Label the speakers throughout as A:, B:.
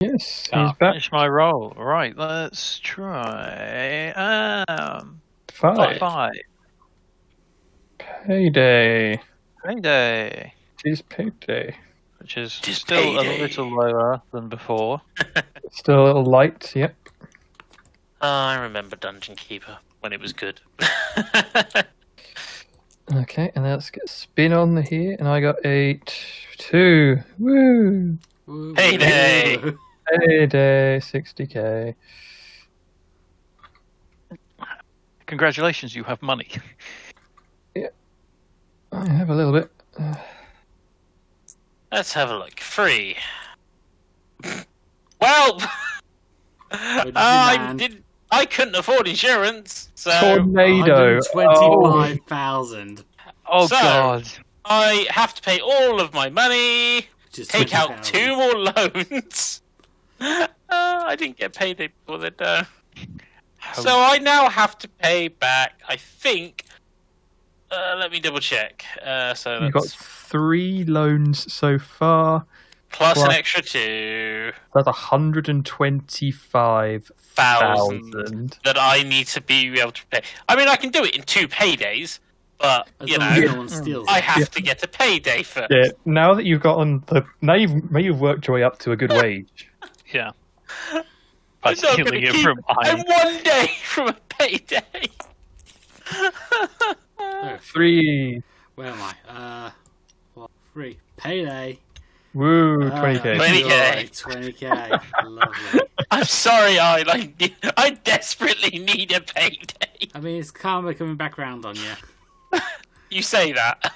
A: Yes,
B: Ah,
A: he's back.
B: finish my roll. Right, let's try um
A: Five.
B: five.
A: Payday.
B: Payday.
A: Tis payday.
B: Which is
C: Tis
B: still
C: payday.
B: a little lower than before.
A: Still a little light, yep.
C: Ah, I remember Dungeon Keeper when it was good.
A: Okay, and let's get spin on here, and I got eight, two, woo!
C: Payday!
A: Payday, 60k.
B: Congratulations, you have money.
A: I have a little bit.
C: Let's have a look. Free. Well,
D: you
C: I
D: land?
C: did. I couldn't afford insurance, so
A: Tornado. Oh,
D: 125,000.
B: Oh
C: So-
B: god.
C: I have to pay all of my money.
D: Just
C: Take out
D: 20,000.
C: two more loans. Uh, I didn't get paid before they'd done. So I now have to pay back. I think. Uh, let me double check. Uh, so
A: you Oh, got
C: that's
A: three loans so far.
C: plus an
A: plus-
C: extra two
A: That's 125,000.
C: thousand that I need to be able to pay. I mean, I can do it in two paydays, but
D: As
C: you
D: long as
C: know,
D: no one steals
C: I
D: it.
C: have to get a payday first.
A: Yeah, now that you've gotten the. Now you've, now you've worked your way up to a good wage.
B: Yeah. By
C: I'm not
B: stealing
C: going to
B: it
C: keep.
B: from
C: I'm
B: mine.
C: one day from a payday.
A: Three.
D: Where am I? Uh, what? Three. Payday.
A: Woo,
D: Ah,
A: 20k.
C: 20K.
D: right, 20k. Lovely.
C: I'm sorry, I I, need- I desperately need a payday.
D: I mean, it's karma coming back round on you.
C: You say that.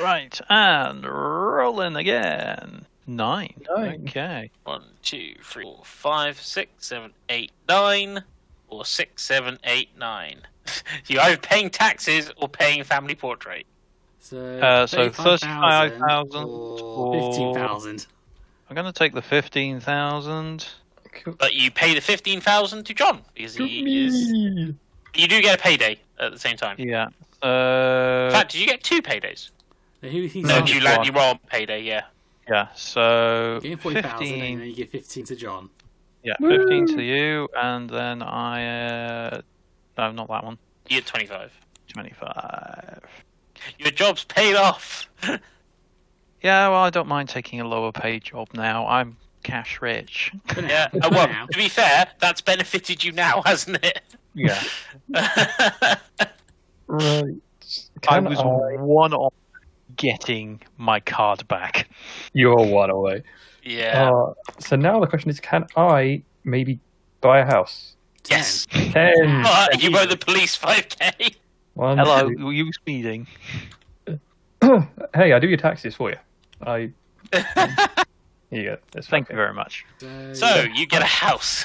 B: Right, and rolling again. Nine.
A: Nine.
B: Okay.
C: One, two, three, four, five, six, seven, eight, nine, or six, seven, eight, nine. You're either paying taxes or paying family portrait.
D: So,
B: Uh, so
D: 35,000
B: 35,000
D: or
B: or-
D: 15,000.
B: I'm gonna take the fifteen thousand.
C: But you pay the fifteen thousand to John because he is.
A: Me.
C: You do get a payday at the same time.
B: Yeah.
C: In
B: Uh,
C: fact, did you get two paydays?
D: Now, who he's
C: No, you
D: on?
B: just
C: land
B: one.
C: you were on payday. Yeah.
B: yeah. So
D: You get 40,000 and
B: fifteen.
D: then you get 15 to John.
B: Yeah, fifteen to you, and then I. Uh, no, not that one.
C: You get twenty-five.
B: Twenty-five.
C: Your job's paid off.
B: Yeah. Well, I don't mind taking a lower paid job now. I'm cash rich.
D: For now,
C: yeah.
D: for
C: Uh, well,
D: now.
C: to be fair, that's benefited you now, hasn't
B: Yeah.
C: it?
A: Right.
B: I
A: Can
B: was one off getting my card back.
A: You're one away.
C: yeah.
A: Uh, so now the question is, can I maybe buy a house?
C: yes.
A: Ten.
C: But you owe the police five k.
A: One,
B: Hello.
A: two-
B: Were you speeding?
A: hey, I do your taxes for you. I. yeah, that's
B: Thank you
A: fine.
B: very much.
C: So you get a house.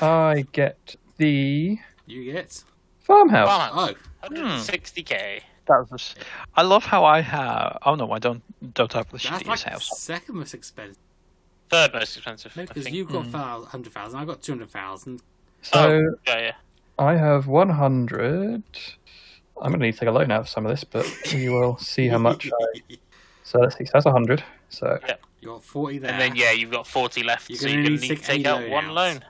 A: I get the
D: you get.
A: farmhouse.
C: Wow.
D: Oh,
C: 160k.
B: That was. I love how I have. Oh no, I don't. Don't have the
D: that's
B: shittiest
D: like
B: house.
D: second most expensive.
C: Third most expensive. I
D: Because
C: think. hmm. Oh,
D: you've got 100,000, I've got 200,000.
A: So
C: Yeah, yeah.
A: I have 100. I'm going to need to take a loan out of some of this, but we will see how much. I... So let's see. So that's 100. So
D: You got 40 there.
C: And then yeah, you've got 40 left,
D: You're
C: so
D: gonna
C: you're gonna
D: need
C: need to
D: 60
C: take out one
D: loanouts.
C: loan.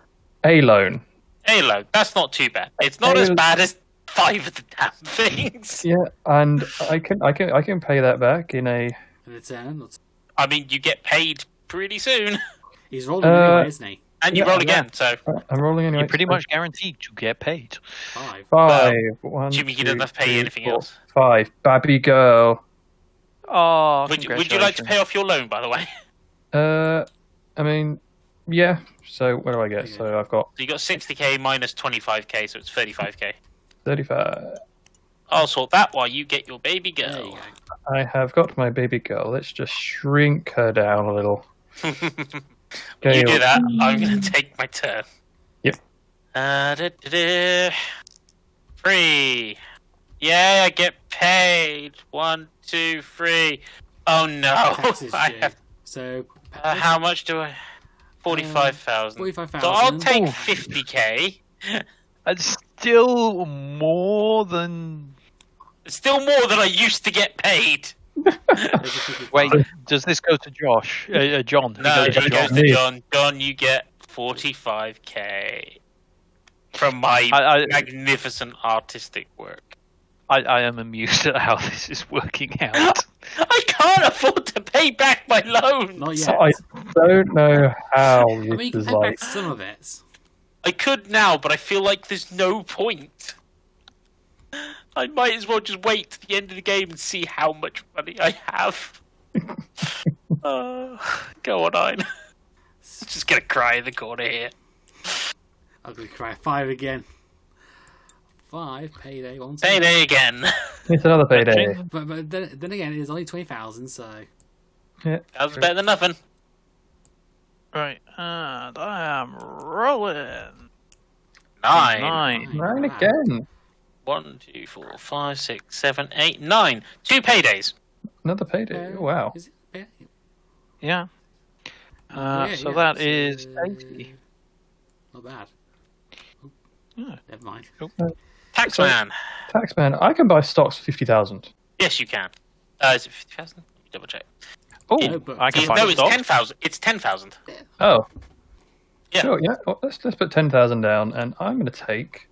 A: a loan.
C: A loan. That's not too bad. It's not
A: A-
C: as bad as five of the damn things.
A: Yeah, and I can I can I can pay that back in a
D: And it's, uh, not-
C: I mean, you get paid pretty soon,
D: He's rolling
A: Uh,
D: anyway, isn't he?
C: and you
A: Yeah,
C: roll again. So
A: I'm rolling anyway.
B: You're pretty
A: so
B: much guaranteed to get paid.
D: Five.
A: five. one,
C: Jimmy, he
A: two,
C: doesn't have to pay
A: three,
C: anything
A: four,
C: else.
A: Five. Baby girl.
B: Oh,
C: would you, would you like to pay off your loan, by the way?
A: Uh, I mean, Yeah. So where do I get? So I've got
C: So you got 60k minus 25k, so it's 35k.
A: thirty-five.
C: I'll sort that while you get your baby
D: There you
C: girl.
D: go.
A: I have got my baby girl. Let's just shrink her down a little.
C: you
A: Gail.
C: do that. I'm going to take my turn.
A: Yep.
C: Uh, da, da, da. Three. Yeah, I get paid. One, two, three. Oh no!
D: Taxes
C: I
D: due.
C: have-
D: So
C: uh, how much do I? Forty-five thousand.
D: forty-five thousand.
C: so I'll take fifty k.
B: It's still more than.
C: Still more than I used to get paid.
B: Wait, does this go to Josh? Uh, uh, John? It
C: No,
B: goes to
C: it
B: John.
C: goes to
A: Me.
C: John. John, you get 45k from my
B: I, I,
C: magnificent artistic work.
B: I, I am amused at how this is working out.
C: I can't afford to pay back my loan.
D: Not
A: So
D: yet.
A: I don't know how this
D: I mean, you can
A: is
D: pay
A: like.
D: back some of it.
C: I could now, but I feel like there's no point. I might as well just wait to the end of the game and see how much money I have. uh, go on, i just gonna cry in the corner here.
D: I'm gonna cry five again. Five payday one.
B: Hmm.
D: two.
C: Payday again.
A: It's another payday.
B: Jing.
D: But, but then, then again, it's only twenty thousand. So
C: Uh, That was better than nothing.
B: Right, and I am rolling.
C: Nine.
B: Nine.
A: Nine again.
C: One, two, four, five, six, seven, eight, nine. Two paydays.
A: Another payday.
D: Uh,
A: Wow.
D: Is it? Yeah.
B: Yeah. Uh,
D: Oh, Yeah,
B: so
D: yeah,
B: that is
D: uh,
B: 80.
D: Not bad. Oh,
B: Yeah.
D: Never mind.
C: Taxman.
A: Taxman, I can buy stocks for 50,000.
C: Yes, you can. Uh, is it 50,000? Let me Double check.
B: Oh,
D: Yeah, but-
B: I can
C: It's- No,
B: find
C: it's
B: stock.
C: 10,000. It's 10,000.
A: Oh.
C: Yeah.
A: Sure, yeah. Well, let's, let's put 10,000 down, and I'm going to take.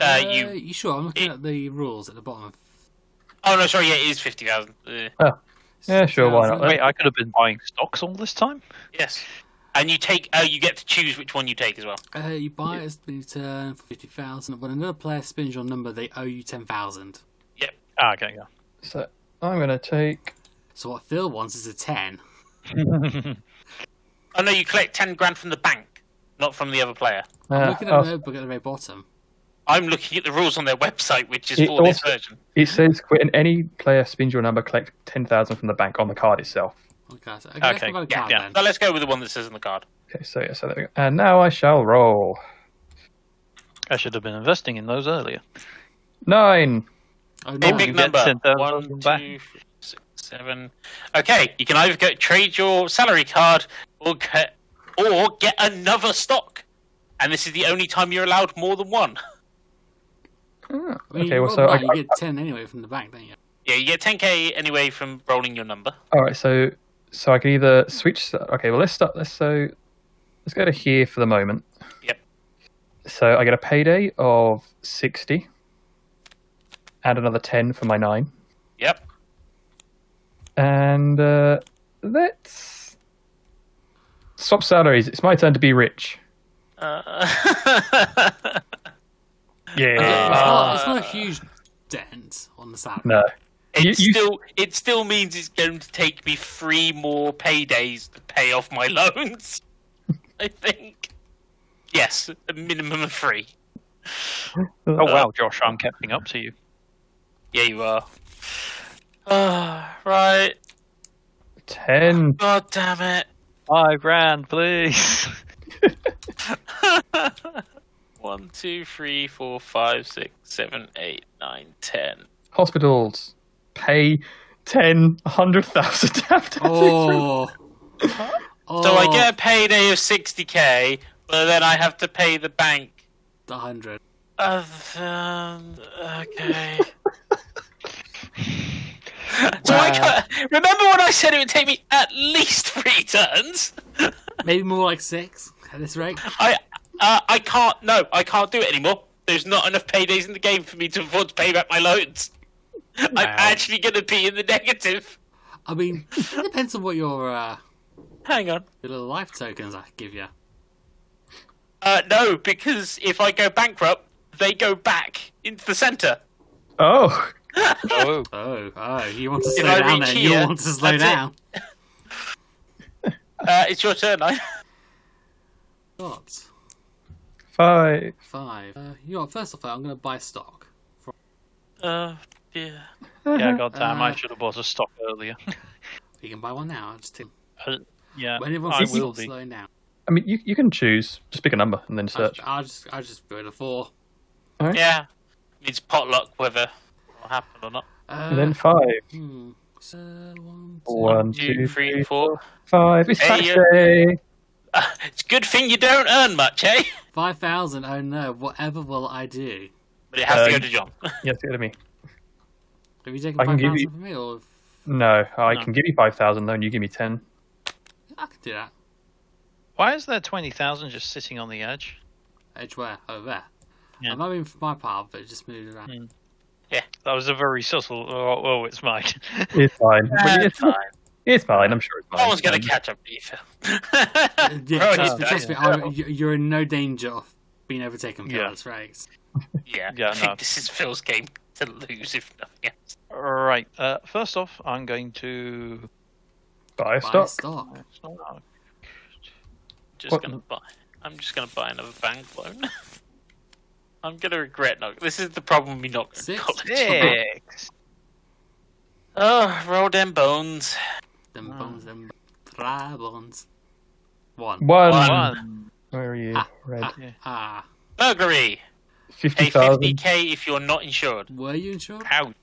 C: Uh, you-
D: sure? I'm looking
C: it-
D: at the rules at the bottom.
C: Oh, no, sorry. Yeah, it is 50,000. Uh,
A: Yeah, sure, why not?
D: 6,000.
B: Wait, I could have been buying stocks all this time?
C: yes. And you take. Oh, you get to choose which one you take as well.
D: Uh, you buy it when you turn for fifty thousand. When another player spins your number, they owe you ten thousand.
B: Ah, okay, yeah.
A: So uh, I'm going to take.
D: So what Phil wants is a ten.
C: Oh, no, you collect 10 grand from the bank, not from the other player.
D: I'm
A: Uh,
D: looking at
A: oh,
D: the notebook at the very bottom.
C: I'm looking at the rules on their website, which is
A: It
C: for this
A: also-
C: version.
A: it says when any player spins your number, collect 10,000 from the bank on the card itself.
D: Okay, so, okay,
B: Okay,
D: okay about a
B: yeah,
D: card
B: yeah.
C: So
D: then.
C: let's go with the one that says on the card.
A: Okay, so yeah, so there we go. And now I shall roll.
B: I should have been investing in those earlier.
A: Nine.
D: Oh,
C: Big,
D: no.
C: big
B: get
C: number.
B: 10,000
C: One,
B: from
C: two,
B: back.
C: three, six, seven. Okay, you can either go trade your salary card or get, or get another stock. And this is the only time you're allowed more than one.
A: Ah,
D: I mean,
A: okay,
D: you
A: well,
D: roll
A: so I,
D: nine, you get ten anyway from the bank, don't you?
C: Yeah, you get 10k anyway from rolling your number.
A: All right, so so I can either switch. Okay, well let's start. Let's so let's go to here for the moment.
C: Yep.
A: So I get a payday of sixty, and another ten for my nine,
C: Yep.
A: and uh, let's swap salaries. It's my turn to be rich.
C: Uh,
D: It's,
C: Uh,
D: not, it's not a huge dent on the salary.
A: No.
C: it
A: You- you-
C: still it still means it's going to take me three more paydays to pay off my loans. I think. Yes, a minimum of three.
B: Oh, wow, Josh, I'm catching up to you.
C: Yeah, you are. Ah, right.
A: Ten.
C: God damn it.
B: Five grand, please.
C: One, two, three, four, five, six, seven, eight, nine, ten.
A: Hospitals pay ten hundred thousand after.
D: Oh. oh.
C: So I get a payday of sixty k, but then I have to pay the bank.
D: Oh, a hundred.
C: Uh, um, okay. so I can't, remember when I said it would take me at least three turns.
D: Maybe more like six at this rate.
C: I uh, I can't. No, I can't do it anymore. There's not enough paydays in the game for me to afford to pay back my loans. I'm actually going to be in the negative.
D: I mean, it depends on what your uh,
C: Hang on.
D: your little life tokens I give you.
C: Uh, no, because if I go bankrupt, they go back into the centre.
A: Oh.
B: oh,
D: Oh, oh, you want to
C: If
D: slow
C: I
D: down
C: reach
D: then?
C: here,
D: you want to slow
C: that's it.
D: down?
C: Uh, it's your turn. I.
D: got
A: Five.
D: five. Uh, you know, what, first of all, I'm going to buy stock.
C: Uh, yeah.
B: Yeah, goddamn, I
D: Uh.
B: should have bought a stock earlier.
D: You can buy one now. Just take...
A: Uh,
B: yeah,
D: when everyone's
B: I
D: still
B: will be.
D: slowing down,
A: I mean, you, you can choose. Just pick a number and then
D: I'll,
A: search.
D: I'll just I'll just go to four.
C: Yeah. Needs potluck whether it'll happen or not.
D: Uh,
A: And then five.
D: hmm. So, one, two,
A: One,
C: Two, three, four.
A: five. It's
C: Hey,
A: tax
C: you-
A: day.
C: it's a good thing you don't earn much, eh?
D: five thousand. Oh no! Whatever will I do?
C: But it has to go
A: Um,
C: to John.
A: Yes, get to me.
D: Have you taken
A: I can
D: five
A: give
D: thousand
A: you-
D: from me? Or
A: No, I
B: No.
A: can give you five thousand though, and you give me ten.
D: I can do that.
B: Why is there 20,000 just sitting on the edge?
D: Edge where? Over there.
B: Yeah.
D: I'm not even for my part, but it just moved around.
B: Hmm. That was a very subtle, oh, oh it's mine.
A: It's fine. Well, it's,
C: fine.
A: it's fine. I'm sure it's fine.
C: No one's going
A: Um,
C: to catch up to you, Phil.
D: yeah,
C: Bro,
D: trust, me,
C: he's
D: trust me,
C: done.
D: I'm, you- you're in no danger of being overtaken.
B: Yeah.
D: Yeah. That's right.
C: yeah,
B: Yeah,
C: I
B: no.
C: think this is Phil's game to lose, if nothing else.
B: right, uh, first off, I'm going to.
A: Buy a
D: Buy
A: stock.
D: stock.
C: Just
A: What-
C: gonna buy. I'm just gonna buy another bank loan. I'm gonna regret not. This is the problem. with Me not going to
D: Six.
C: college.
B: Six.
C: Oh, roll them bones.
D: Them
B: Oh.
D: bones, them dry bones. One.
A: One.
B: One.
A: Where are you?
D: Ah,
A: Red.
D: ah,
B: Yeah.
D: ah.
C: Mercury,
A: Fifty
C: pay
A: thousand.
C: 50k if you're not insured.
D: Were you insured?
B: Ouch.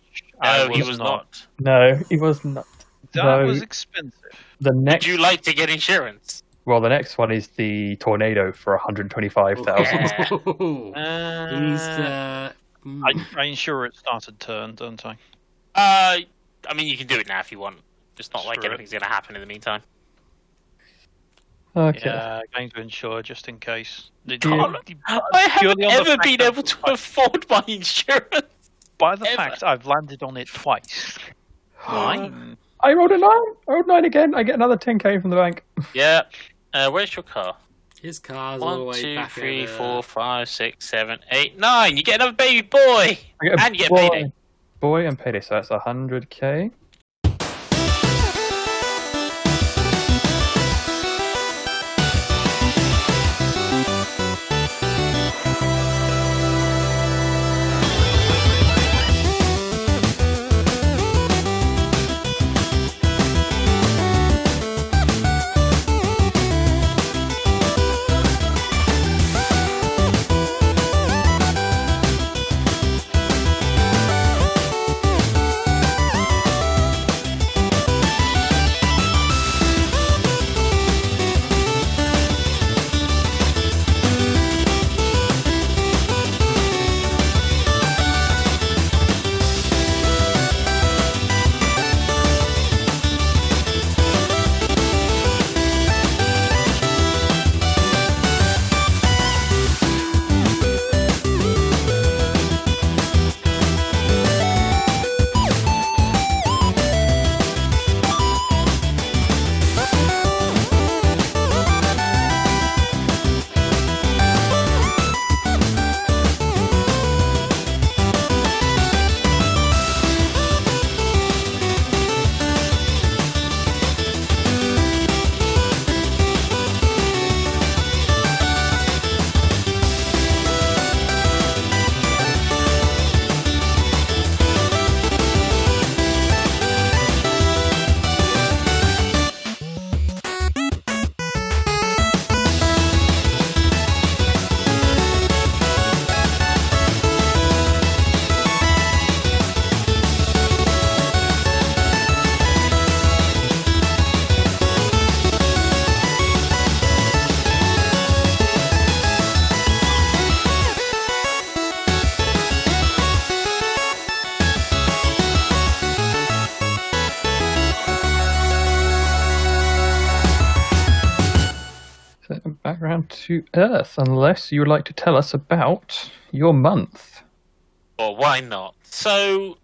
C: No, he was not.
A: No, it was not.
B: That
A: No.
B: was expensive.
A: The
C: Would
A: next.
C: you like to get insurance?
A: Well, the next one is the tornado for one hundred twenty-five thousand.
C: Yeah.
D: He needs
B: Uh,
D: to. Hmm.
B: I, I ensure it started turn, don't I?
C: Uh, I mean, you can do it now if you want. It's not like
B: Screw it.
C: anything's gonna happen in the meantime.
A: Okay.
B: Yeah, going to insure just in case. It's
A: Yeah.
B: already-
C: Oh, I haven't
B: Purely on the
C: ever
B: fact
C: been
B: that-
C: able to afford my insurance.
B: By the
C: Ever.
B: fact, I've landed on it twice. Nine.
A: I rolled a nine. I rolled nine again. I get another ten k from the bank.
C: Yeah. Uh, where's your car?
D: His car's all the
C: One,
D: way
C: two,
D: back
C: three,
D: over-
C: four, five, six, seven, eight, nine. You get another baby boy.
A: I get a
C: And you get
A: boy,
C: payday.
A: Boy and payday. So that's hundred k. So back around to Earth, unless you would like to tell us about your month.
C: Well, why not? So,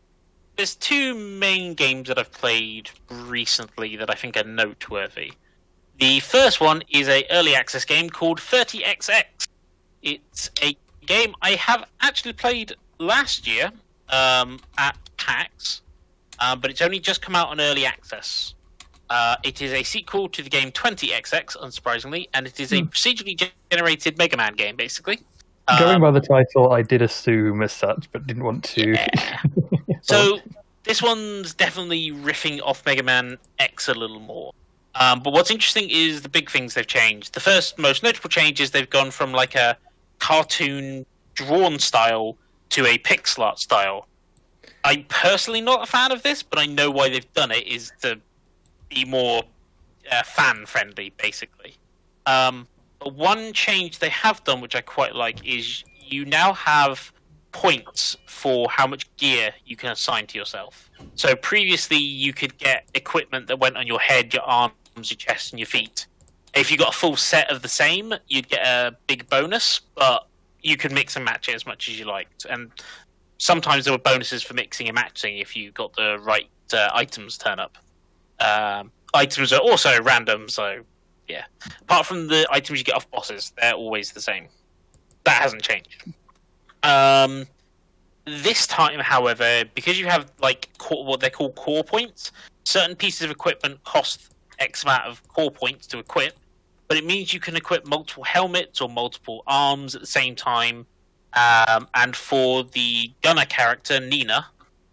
C: there's two main games that I've played recently that I think are noteworthy. The first one is a early access game called 30XX. It's a game I have actually played last year um, at PAX, uh, but it's only just come out on early access. Uh, it is a sequel to the game 20XX, unsurprisingly, and it is a procedurally generated Mega Man game, basically.
A: Going
C: Um,
A: by the title, I did assume as such, but didn't want to.
C: So this one's definitely riffing off Mega Man X a little more. Um, but what's interesting is the big things they've changed. The first most notable change is they've gone from like a cartoon drawn style to a pixel art style. I'm personally not a fan of this, but I know why they've done it is to be more uh, fan friendly, basically. Um, but one change they have done, which I quite like, is you now have points for how much gear you can assign to yourself. So previously, you could get equipment that went on your head, your arms, your chest, and your feet. If you got a full set of the same, you'd get a big bonus, but you could mix and match it as much as you liked. And sometimes there were bonuses for mixing and matching if you got the right uh, items turn up. Um, items are also random, so yeah. Apart from the items you get off bosses, they're always the same. That hasn't changed. Um, this time, however, because you have like core, what they call core points, certain pieces of equipment cost X amount of core points to equip, but it means you can equip multiple helmets or multiple arms at the same time. Um, and for the gunner character Nina,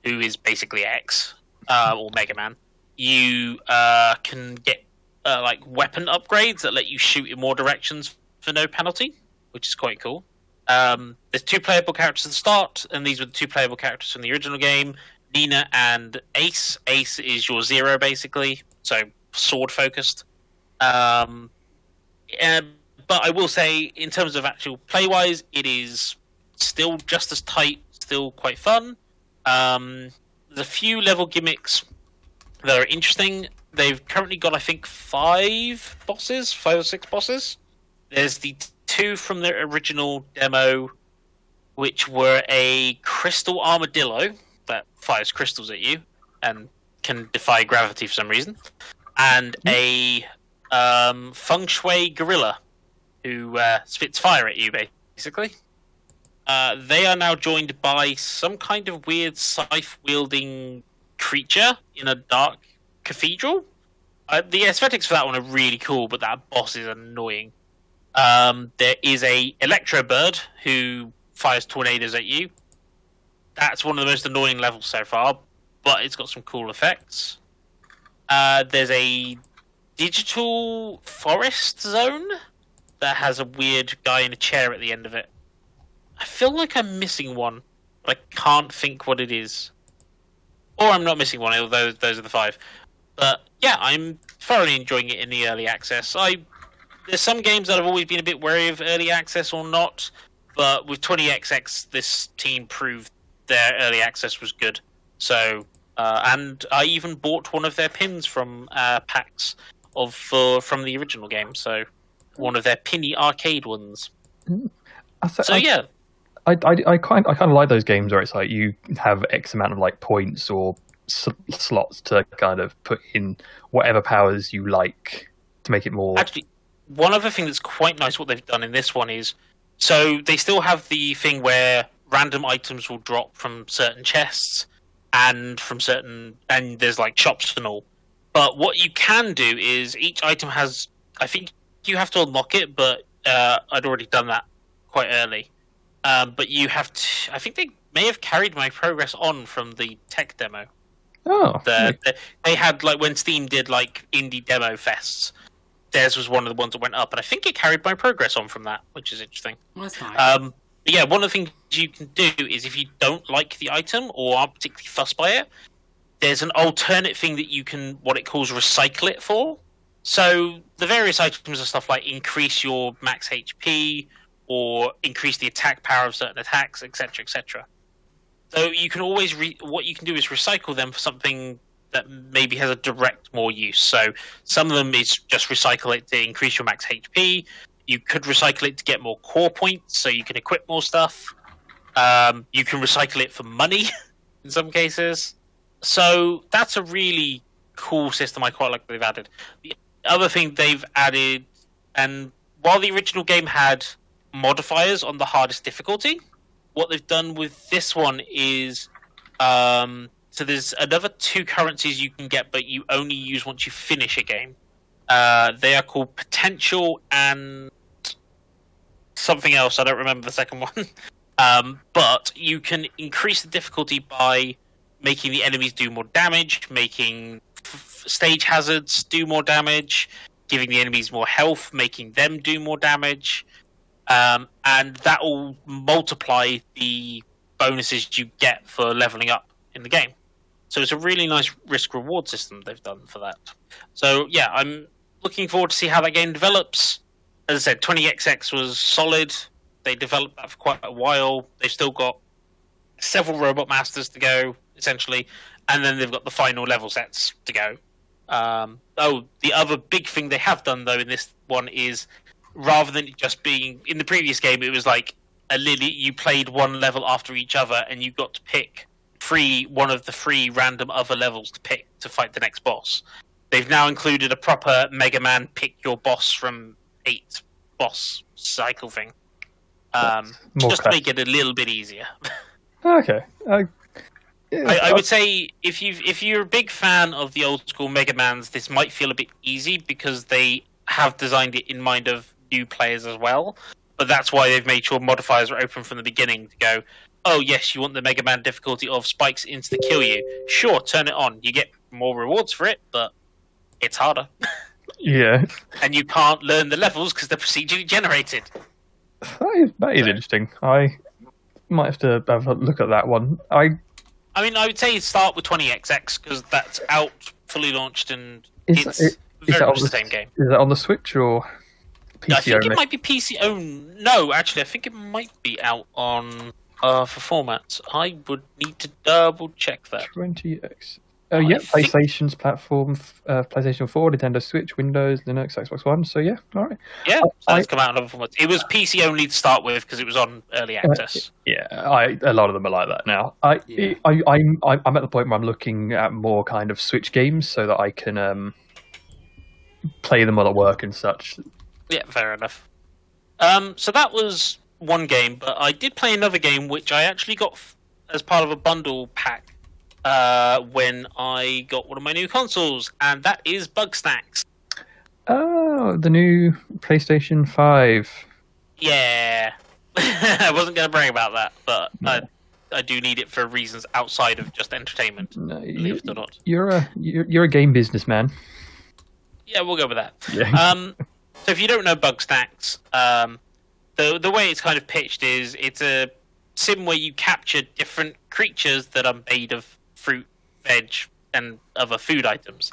C: who is basically X uh, or Mega Man, you uh, can get uh, like weapon upgrades that let you shoot in more directions for no penalty, which is quite cool. Um, there's two playable characters at the start, and these were the two playable characters from the original game Nina and Ace. Ace is your zero, basically, so sword focused. Um, um, but I will say, in terms of actual play wise, it is still just as tight, still quite fun. Um, there's a few level gimmicks that are interesting. They've currently got, I think, five bosses, five or six bosses. There's the t- two from their original demo, which were a crystal armadillo that fires crystals at you and can defy gravity for some reason, and a um, feng shui gorilla who uh, spits fire at you, basically. Uh, they are now joined by some kind of weird scythe wielding creature in a dark cathedral. Uh, the aesthetics for that one are really cool, but that boss is annoying. Um, there is a electro bird who fires tornadoes at you. That's one of the most annoying levels so far, but it's got some cool effects. Uh, there's a digital forest zone that has a weird guy in a chair at the end of it. I feel like I'm missing one, but I can't think what it is. Or I'm not missing one, although those are the five. But yeah, I'm thoroughly enjoying it in the early access. I there's some games that I've always been a bit wary of early access or not, but with 20XX, this team proved their early access was good. So, uh, and I even bought one of their pins from uh, packs of for from the original game. So, one of their pinny arcade ones.
A: I th-
C: So
A: I-
C: yeah,
A: I, I, I kind I kind of like those games where it's like you have X amount of like points or sl- slots to kind of put in whatever powers you like to make it more.
C: Actually, one other thing that's quite nice what they've done in this one is so they still have the thing where random items will drop from certain chests and from certain and there's like shops and all. But what you can do is each item has I think you have to unlock it, but uh, I'd already done that quite early. Um, but you have to. I think they may have carried my progress on from the tech demo
A: oh,
C: the, the- they had like when Steam did like indie demo fests. Theirs was one of the ones that went up, and I think it carried my progress on from that, which is interesting.
D: Well, that's nice.
C: Um, but yeah, one of the things you can do is if you don't like the item or aren't particularly fussed by it, there's an alternate thing that you can what it calls recycle it for. So the various items are stuff like increase your max HP or increase the attack power of certain attacks, etc., etc. So you can always re- what you can do is recycle them for something that maybe has a direct more use. So some of them is just recycle it to increase your max HP you could recycle it to get more core points so you can equip more stuff um, you can recycle it for money in some cases so that's a really cool system i quite like that they've added the other thing they've added and while the original game had modifiers on the hardest difficulty what they've done with this one is um, So there's another two currencies you can get, but you only use once you finish a game. Uh, they are called potential and something else. I don't remember the second one. Um, but you can increase the difficulty by making the enemies do more damage, making f- f- stage hazards do more damage, giving the enemies more health, making them do more damage, um, and that will multiply the bonuses you get for leveling up in the game. So it's a really nice risk reward system they've done for that. So yeah, I'm looking forward to see how that game develops. As I said, 20XX was solid. They developed that for quite a while. They've still got several robot masters to go essentially, and then they've got the final level sets to go. Um, oh, the other big thing they have done though in this one is rather than it just being in the previous game, it was like a lily. You played one level after each other, and you got to pick three one of the three random other levels to pick to fight the next boss. They've now included a proper Mega Man pick your boss from eight boss cycle thing, um,
A: More
C: just to
A: cut.
C: make it a little bit easier.
A: Okay. Uh, yeah,
C: I, I
A: uh,
C: would say if you if you're a big fan of the old school Mega Man's, this might feel a bit easy because they have designed it in mind of new players as well. But that's why they've made sure modifiers are open from the beginning to go. Oh yes, you want the Mega Man difficulty of spikes insta kill you. Sure, turn it on. You get more rewards for it, but it's harder,
A: yeah.
C: and you can't learn the levels because they're procedurally generated.
A: That is, that is interesting. I might have to have a look at that one. I
C: I mean, I would say start with 20XX because that's out fully launched and
A: Is-
C: it's
A: is
C: very
A: that
C: much
A: on
C: the
A: the-
C: same game.
A: is that on the Switch or PC
C: I think
A: only?
C: it might be PC. Oh no, actually, I think it might be out on uh, for formats. I would need to double check that.
A: 20x. Uh,
C: I
A: yeah,
C: think-
A: PlayStation's platform, f- uh, PlayStation 4, Nintendo Switch, Windows, Linux, Xbox One. So yeah, all right.
C: Yeah, so
A: I-
C: that's come out on other formats. It was PC only to start with because it was on early access.
A: Yeah, I a lot of them are like that now. I,
D: Yeah.
A: I, I am I'm at the point where I'm looking at more kind of Switch games so that I can um, play them while at work and such.
C: Yeah, fair enough. Um, so that was one game, but I did play another game which I actually got f- as part of a bundle pack uh, when I got one of my new consoles, and that is Bugsnax.
A: Oh, the new PlayStation 5.
C: Yeah. I wasn't going to brag about that, but I, I do need it for reasons outside of just entertainment,
A: No, you,
C: believe it or not.
A: you're a you're, you're a game businessman.
C: Yeah, we'll go with that.
A: Yeah.
C: Um, so if you don't know Bugstacks, um, the the way it's kind of pitched is it's a sim where you capture different creatures that are made of fruit, veg, and other food items.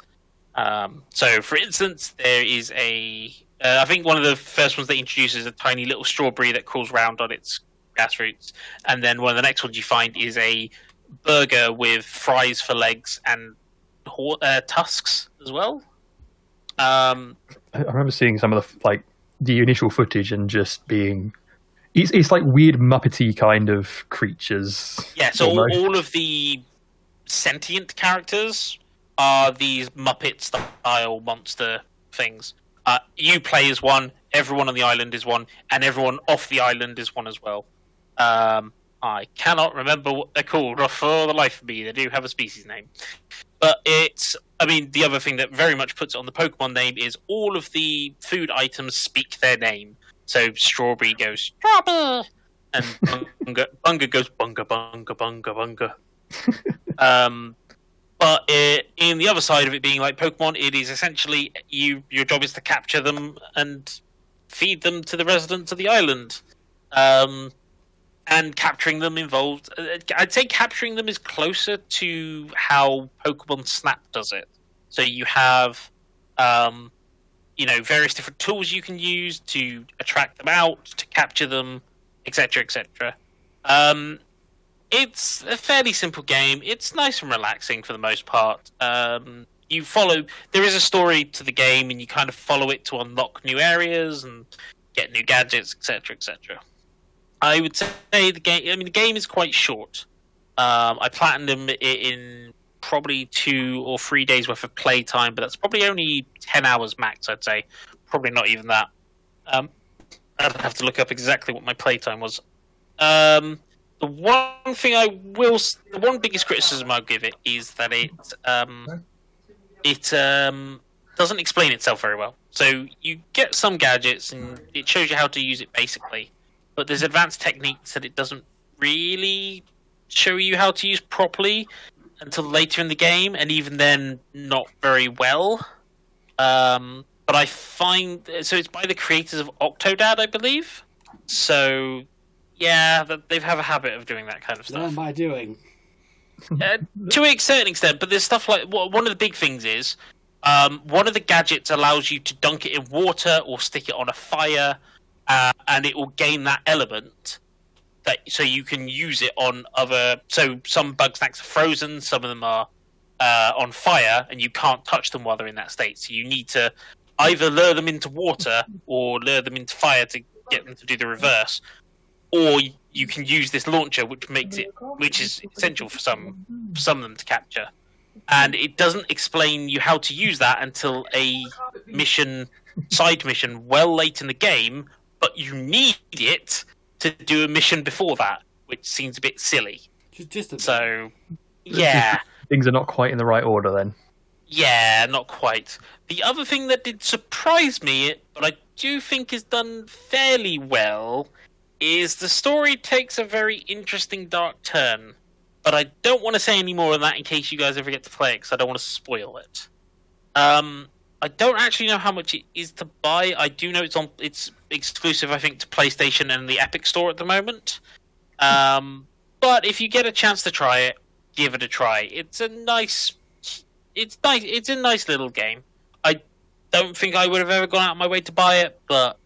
C: Um, so, for instance, there is a uh, I think one of the first ones they introduce is a tiny little strawberry that crawls round on its grass roots, and then one of the next ones you find is a burger with fries for legs and hor- uh, tusks as well. Um,
A: I I remember seeing some of the f- like the initial footage and just being it's it's like weird muppety kind of creatures.
C: Yeah, so all,
A: almost.
C: all of the sentient characters are these Muppet style monster things. Uh, you play as one, everyone on the island is one, and everyone off the island is one as well. Um, I cannot remember what they're called for the life of me. They do have a species name. But it's, I mean, the other thing that very much puts it on the Pokemon name is all of the food items speak their name. So strawberry goes strawberry, and bunga, bunga goes bunga bunga bunga bunga. um, but it, in the other side of it being like Pokemon, it is essentially you. Your job is to capture them and feed them to the residents of the island. Um, and capturing them involved. uh, I'd say capturing them is closer to how Pokemon Snap does it. So you have, um, you know, various different tools you can use to attract them out, to capture them, etc., etc. Um, it's a fairly simple game. It's nice and relaxing for the most part. Um, you follow. There is a story to the game, and you kind of follow it to unlock new areas and get new gadgets, etc., etc. I would say the game. I mean, the game is quite short. Um, I platinumed it in probably two or three days worth of playtime, but that's probably only ten hours max. I'd say, probably not even that. Um, I'd have to look up exactly what my playtime was. Um, The one thing I will, s- the one biggest criticism I'll give it is that it, um, it um, doesn't explain itself very well. So you get some gadgets and it shows you how to use it basically, but there's advanced techniques that it doesn't really show you how to use properly until later in the game, and even then, not very well. Um, but I find so it's by the creators of Octodad, I believe. So yeah, th- they have a habit of doing that kind of
D: What
C: stuff
D: am I doing?
C: uh, to a certain extent, but there's stuff like wha- one of the big things is um, one of the gadgets allows you to dunk it in water or stick it on a fire, uh, and it will gain that element. That so you can use it on other. So some bug snacks are frozen, some of them are uh, on fire, and you can't touch them while they're in that state. So you need to either lure them into water or lure them into fire to get them to do the reverse, or y- you can use this launcher, which makes it, which is essential for some for some of them to capture. And it doesn't explain you how to use that until a mission, side mission, well late in the game. But you need it to do a mission before that, which seems a bit silly.
D: Just, just a bit.
C: So, yeah.
A: Things are not quite in the right order then.
C: Yeah, not quite. The other thing that did surprise me, but I do think is done fairly well, is the story takes a very interesting dark turn. But I don't want to say any more on that in case you guys ever get to play it, because I don't want to spoil it. Um, I don't actually know how much it is to buy. I do know it's on. It's exclusive, I think, to PlayStation and the Epic Store at the moment. Um, but if you get a chance to try it, give it a try. It's a nice it's nice. It's a nice little game. I don't think I would have ever gone out of my way to buy it, but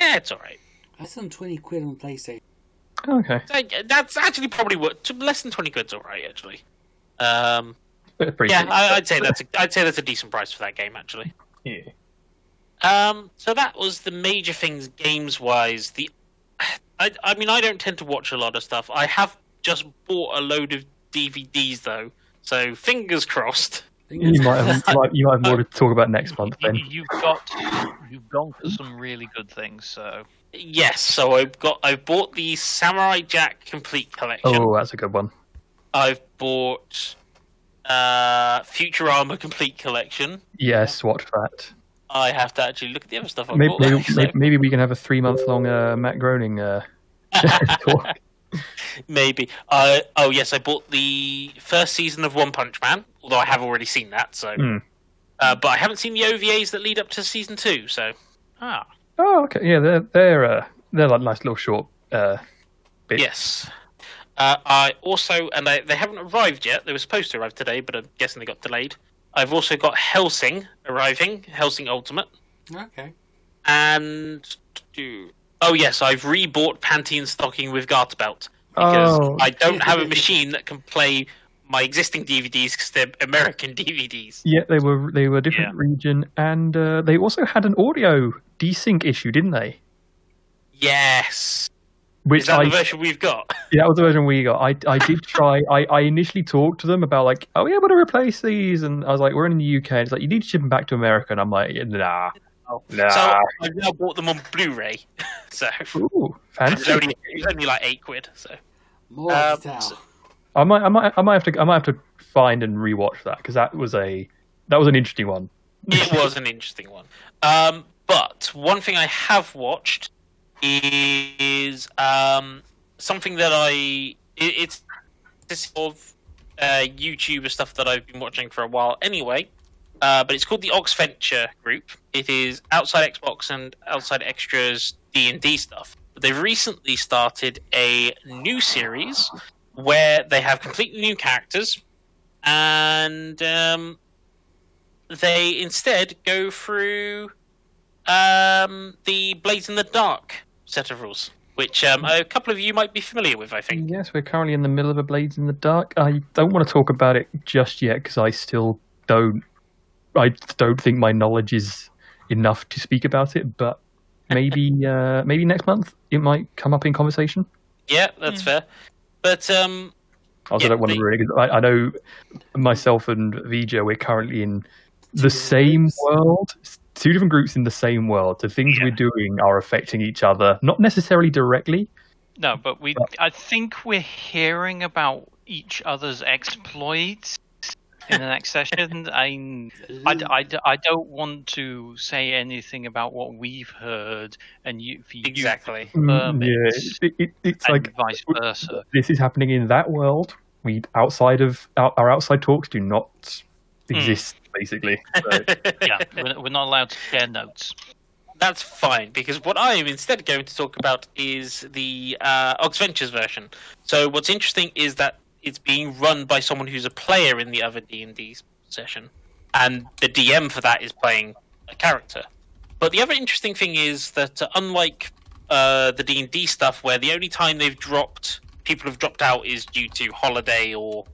C: yeah, it's all right.
D: That's some 20 quid on PlayStation.
A: Okay,
C: I- That's actually probably what to- less than twenty quid's all right actually. Um,
A: But pretty
C: yeah,
A: decent.
C: I, I'd say that's a, I'd say that's a decent price for that game actually.
A: Yeah.
C: Um, so that was the major things games wise. The, I, I mean, I don't tend to watch a lot of stuff. I have just bought a load of DVDs though, so fingers crossed.
A: You might have you might, you might have more to talk about next month then.
B: You, have got you've gone for some really good things. So
C: Yes, so I've got I've bought the Samurai Jack complete collection.
A: Oh, that's a good one.
C: I've bought uh, Futurama complete collection.
A: Yes, watch that.
C: I have to actually look at the other stuff I've
A: Maybe
C: bought.
A: maybe,
C: so-
A: maybe, maybe we can have a three month long uh, Matt Groening uh, talk.
C: Maybe. Uh, oh yes, I bought the first season of One Punch Man, although I have already seen that. So,
A: Hmm.
C: uh, but I haven't seen the OVAs that lead up to season two. So, ah,
A: Oh, okay. Yeah, they're they're uh, they're like nice little short. Uh, It-
C: yes. Uh, I also, and I, they haven't arrived yet. They were supposed to arrive today, but I'm guessing they got delayed. I've also got Helsing arriving, Helsing Ultimate,
D: Okay.
C: and oh yes, I've rebought Panty and Stocking with Garter Belt because
A: Oh.
C: I don't have a machine that can play my existing DVDs because they're American DVDs.
A: yeah, they were they were different
B: Yeah.
A: region, and uh, they also had an audio desync issue, didn't they?
C: Yes.
A: Which
C: Is that
A: I
C: the version we've got?
A: Yeah, that was the version we got. I, I did try. I, I initially talked to them about like, oh yeah, we're gonna replace these, and I was like, we're in the UK. And it's like you need to ship them back to America, and I'm like, nah, nah.
C: So I've now bought them on Blu-ray. So
A: Ooh,
C: it's
A: fancy.
C: only, it's only like eight quid. So
D: More
C: Um,
D: to tell.
C: so-
A: I might I might I might have to I might have to find and rewatch that because that was a that was an interesting one.
C: it was an interesting one. Um, but one thing I have watched is um, something that I it, it's this sort of uh, YouTuber stuff that I've been watching for a while anyway. Uh, but it's called the Oxventure Group. It is outside Xbox and outside extras D and D stuff. But they've recently started a new series where they have completely new characters and um, they instead go through um, the Blades in the Dark set of rules, which um, a couple of you might be familiar with, I think.
A: Yes, we're currently in the middle of a Blades in the Dark. I don't want to talk about it just yet because I still don't I don't think my knowledge is enough to speak about it, but. Maybe uh, maybe next month it might come up in conversation.
C: Yeah, that's fair. But um,
A: I also
C: Yeah,
A: don't want
C: they-
A: to ruin it 'cause I, I know myself and Vija, we're currently in the same world, s- two different groups in the same world. The things
B: Yeah.
A: we're doing are affecting each other, not necessarily directly,
B: No, but we. I think we're hearing about each other's exploits in the next session. I, I, I, I don't want to say anything about what we've heard and you. For you
C: Exactly.
B: confirm
A: Mm, yeah,
B: it,
A: it, it, it's
B: and
A: like
B: vice versa.
A: this is happening in that world. We outside of our, our outside talks do not exist,
C: Hmm.
A: basically. So,
B: Yeah, we're, we're not allowed to share notes.
C: That's fine because what I am instead going to talk about is the uh, Ox Ventures version. So what's interesting is that it's being run by someone who's a player in the other D and D session, and the DM for that is playing a character. But the other interesting thing is that uh, unlike uh, the D and D stuff, where the only time they've dropped people have dropped out is due to holiday or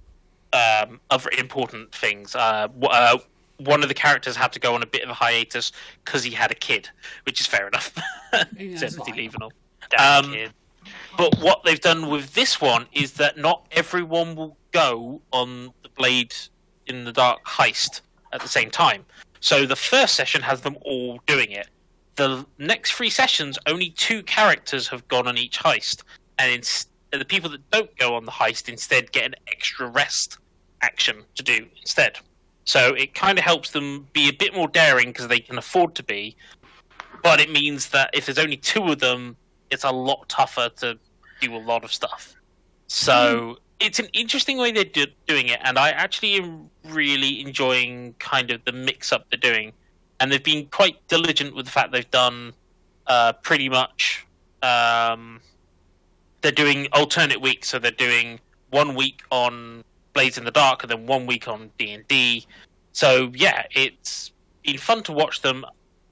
C: um, other important things. Uh, w- uh, one of the characters had to go on a bit of a hiatus because he had a kid, which is fair enough.
D: that's
C: Certainty
D: fine.
C: leave and all.
B: Damn
C: Um,
B: kid.
C: But what they've done with this one is that not everyone will go on the Blade in the Dark heist at the same time. So the first session has them all doing it. The next three sessions, only two characters have gone on each heist, and ins- the people that don't go on the heist instead get an extra rest action to do instead. So it kind of helps them be a bit more daring because they can afford to be, but it means that if there's only two of them, it's a lot tougher to do a lot of stuff. So it's an interesting way they're do- doing it, and I actually am really enjoying kind of the mix up they're doing. And they've been quite diligent with the fact they've done uh, pretty much. Um, they're doing alternate weeks, so they're doing one week on Blades in the Dark, and then one week on D and D. So yeah, it's been fun to watch them.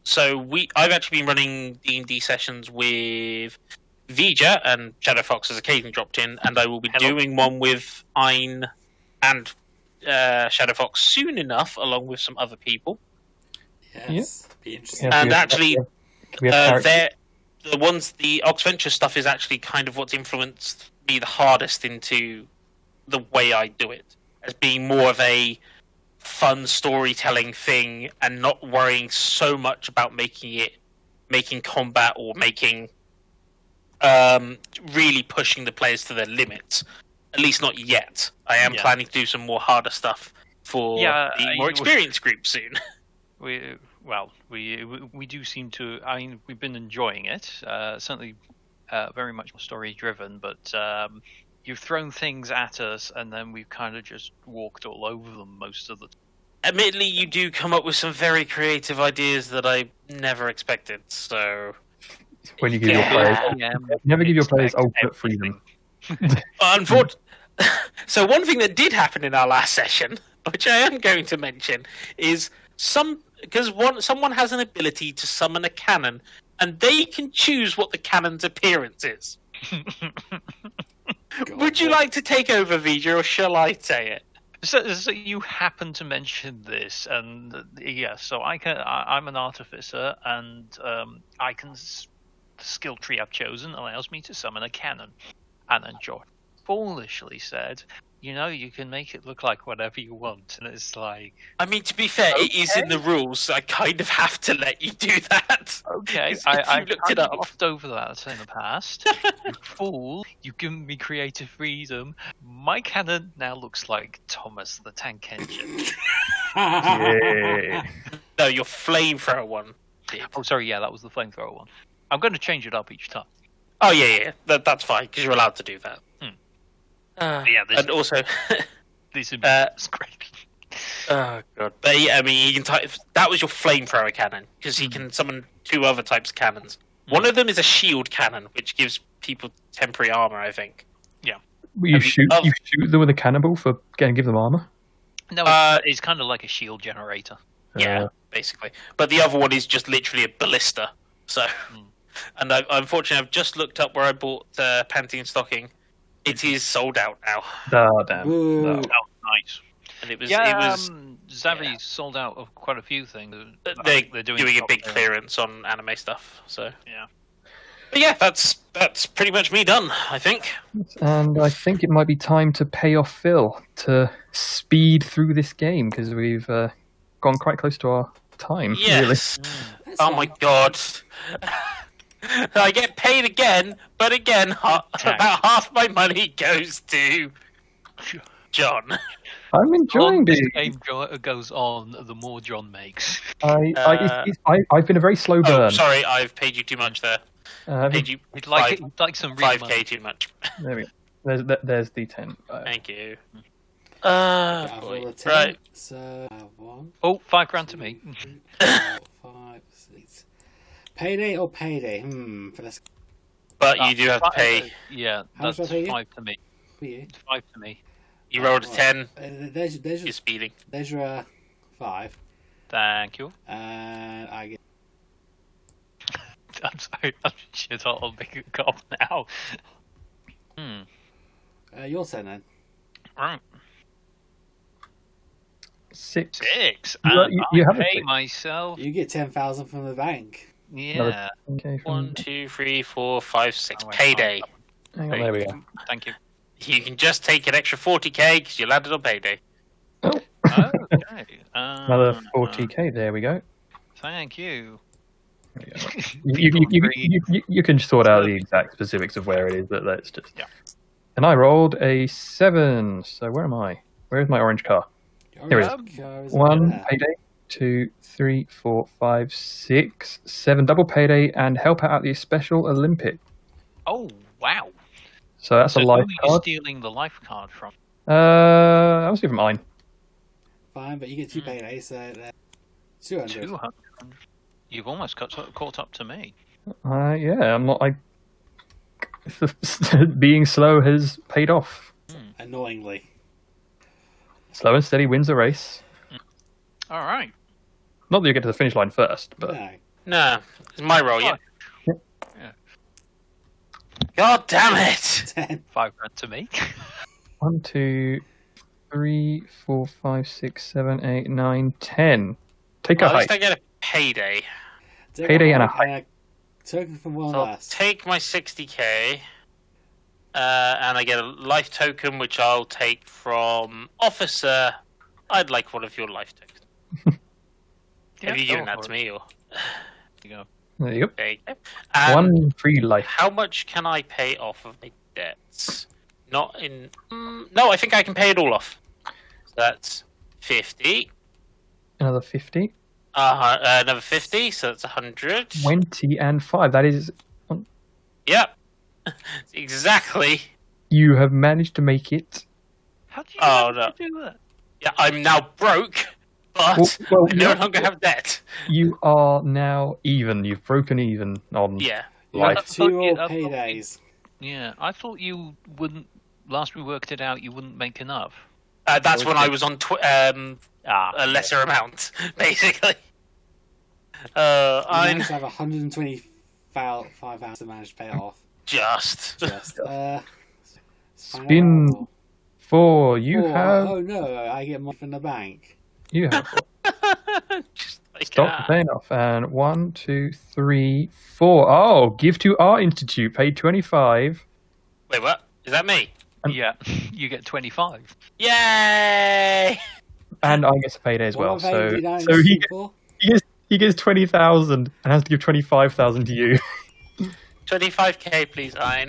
C: So we, I've actually been running D and D sessions with Vija and Shadow Fox has occasionally dropped in, and I will be
B: Hello.
C: doing one with Ein and uh, Shadow Fox soon enough, along with some other people.
D: Yes. Be interesting.
A: yeah,
C: And
A: we have-
C: actually,
A: we have
C: Uh,
A: characters-
C: they're, the ones the Ox Venture stuff is actually kind of what's influenced me the hardest into the way I do it as being more of a fun storytelling thing and not worrying so much about making it making combat or making um, really pushing the players to their limits. At least not yet. I am
B: Yeah.
C: planning to do some more harder stuff for
B: Yeah,
C: the
B: I-
C: more experienced group soon.
B: We well, we we- we do seem to. I mean, we've been enjoying it. Uh, certainly, uh, very much more story driven. But um, you've thrown things at us, and then we've kind of just walked all over them most of the.
C: admittedly you do come up with some very creative ideas that i never expected so
A: when you give
C: Yeah.
A: your players, never give your players
B: Expect
A: ultimate freedom.
C: unfortunately so one thing that did happen in our last session which i am going to mention is some because one someone has an ability to summon a cannon and they can choose what the cannon's appearance is
D: God.
C: would you like to take over vija or shall i say it
B: So, so you happen to mention this, and uh, yeah, so I can. I, I'm an artificer, and um, I can. s- The skill tree I've chosen allows me to summon a cannon, and then George foolishly said, "You know, you can make it look like whatever you want," and it's like,
C: i mean to be fair it is in the rules so i kind of have to let you do that
B: okay,
C: If
B: I,
C: you
B: I
C: looked it
B: kind of
C: up.
B: glossed over that in the past. You fool, you've given me creative freedom. My cannon now looks like Thomas the Tank Engine.
A: Yeah.
C: no your flamethrower one
B: Oh, sorry, yeah, that was the flamethrower one. I'm going to change it up each time.
C: Oh yeah, yeah, yeah. that, that's fine because you're allowed to do that.
B: Hmm.
C: Uh,
B: But yeah, this,
C: and also,
B: this would be
C: uh,
B: scraping.
C: oh god, but yeah, I mean, you can type, that was your flamethrower cannon because he can summon two other types of cannons. One of them is a shield cannon, which gives people temporary armor. I think.
A: Well, you
C: Have you-
A: shoot
C: oh.
A: you shoot them with a cannonball for going give them armor.
B: No, it's,
C: Uh,
B: it's kind of like a shield generator.
C: Yeah,
A: Uh,
C: basically. But the other one is just literally a ballista. So, and I, unfortunately, I've just looked up where I bought uh, Pantene stocking. It is sold out now, Oh,
A: ah, damn.
D: Woo.
B: Oh, Nice.
C: and it was
B: Yeah,
C: it was
B: um, Zavi
C: yeah. Uh,
B: sold out of quite a few things.
C: they-
B: I
C: they're,
B: think
C: doing, a
B: stock
C: big
B: sale.
C: clearance on anime stuff. So
B: Yeah.
C: but yeah, that's that's pretty much me done. I think.
A: And I think it might be time to pay off Phil to speed through this game because we've uh, gone quite close
B: Mm.
A: to our time. Really.
C: Yes. Oh my god. I get paid again, but again, ha-
B: Tax.
C: about half my money goes to John.
A: I'm enjoying
B: the
A: this.
B: longer this game go- goes on, the more John makes.
A: I, I, it's,
C: Uh,
A: it's, I, I've been a very slow burn.
C: Oh, sorry, I've paid you too much there.
A: Uh,
C: Paid you
B: We'd like
C: five,
B: we'd like some real
C: five
B: money.
C: k too much.
A: there we go. There's, there- there's the 10. Uh,
C: Thank you.
B: Mm.
C: Uh,
D: I've
C: boy.
D: rolled a 10,
C: right.
D: So I have one,
B: Oh, five grand to me.
D: two, three, four, five, six. Payday or payday? Hmm. But that's
C: But
B: Uh,
C: you do have to
B: Fi-
C: pay.
B: Yeah,
D: How much
B: that's
D: do I pay you?
B: five to me.
D: for you.
B: Five to me.
C: You rolled a
D: Right.
C: ten.
D: Uh, there's there's
C: You're
D: your,
C: speeding.
D: there's your uh, five,
B: Thank you.
D: and I get
B: I'm sorry. I'm shit. I'll make a cop now. Hmm.
D: uh, your turn then.
B: Right.
A: Six.
B: Six.
A: You-
B: and
A: you- you
B: I
A: have a
B: pay
A: six.
B: myself.
D: You get ten thousand from the bank.
B: Yeah.
A: Okay, from-
C: One, two, three, four, five, six.
B: Oh, wait,
C: Payday.
A: hang on, there we go.
B: Thank you.
C: You can just take an extra forty k because you landed on payday.
A: Oh,
B: Okay. Um,
A: another 40k. There we go.
B: Thank you.
A: You,
B: People
A: you, you,
B: agree.
A: you, you, you can sort out the exact specifics of where it is, but let's just.
B: Yeah.
A: And I rolled a seven. So where am I? Where is my orange car? Here it
D: Orange car is
A: One
D: there.
A: payday, two, three, four, five, six, seven. Double payday and help out at the Special Olympic.
B: Oh wow!
A: So that's
B: so
A: a life
B: who are you
A: card.
B: stealing the life card from?
A: Uh, I was giving mine.
D: Fine, but you get two paydays, so uh, two hundred.
B: Two hundred. You've almost caught, caught up to me.
A: Uh, yeah, I'm not. I being slow has paid off.
D: Annoyingly,
A: Slow and steady wins the race.
B: All right.
A: Not that you get to the finish line first, but
D: no.
C: No, it's my roll. Yeah. God damn it!
D: Ten.
B: Five grand to me.
A: one, two, three, four, five, six, seven, eight, nine, ten. Take
C: Well,
A: a
C: at least
A: hike.
C: I get a payday.
D: Take
A: Payday
D: one
A: and a hike.
D: and a Token from one
C: So I'll
D: last.
C: take my 60k, uh, and I get a life token, which I'll take from officer. I'd like one of your life tokens. Have
B: Yeah,
C: you given
B: go
C: that
B: for
C: to
B: it.
C: me? Or
B: You go.
A: There you go.
C: there you go. And
A: one free life.
C: How much can I pay off of my debts? Not in. Mm, no, I think I can pay it all off. So that's 50.
A: Another fifty.
C: Uh, uh, another 50, so that's 100.
A: 20 and 5. That is,
C: Yep. exactly.
A: you have managed to make it.
B: How do you
C: Oh,
B: manage to do that?
C: Yeah, I'm now broke, but
A: Well, well,
C: I no
A: yeah.
C: longer have debt.
A: You are now even. You've broken even on.
C: Yeah.
D: You have
A: life.
D: two
B: Yeah,
D: more
B: that's what we-
D: paydays.
B: Yeah, I thought you wouldn't. Last we worked it out, you wouldn't make enough.
C: Uh, that's when I was on tw- um,
B: Ah,
C: a lesser amount, basically. Uh, I'm
D: I managed to have 125 hours to manage to pay it off.
C: just.
D: Just, uh,
A: Spin.
D: final.
A: 4. You
D: Oh,
A: have.
D: Oh no, I get money from the bank.
A: You have.
C: just like,
A: Stop
C: uh,
A: paying off. And one, two, three, four. Oh, give to our institute. Pay 25.
C: wait, what? Is that me?
B: yeah. You get twenty-five.
C: Yay!
A: And I get a payday as well.
D: What have I
A: So,
D: been out
A: so he,
D: in Singapore?
A: he gets, he gets 20,000 and has to give 25,000 to you.
C: 25k, please, Ian.
D: Right,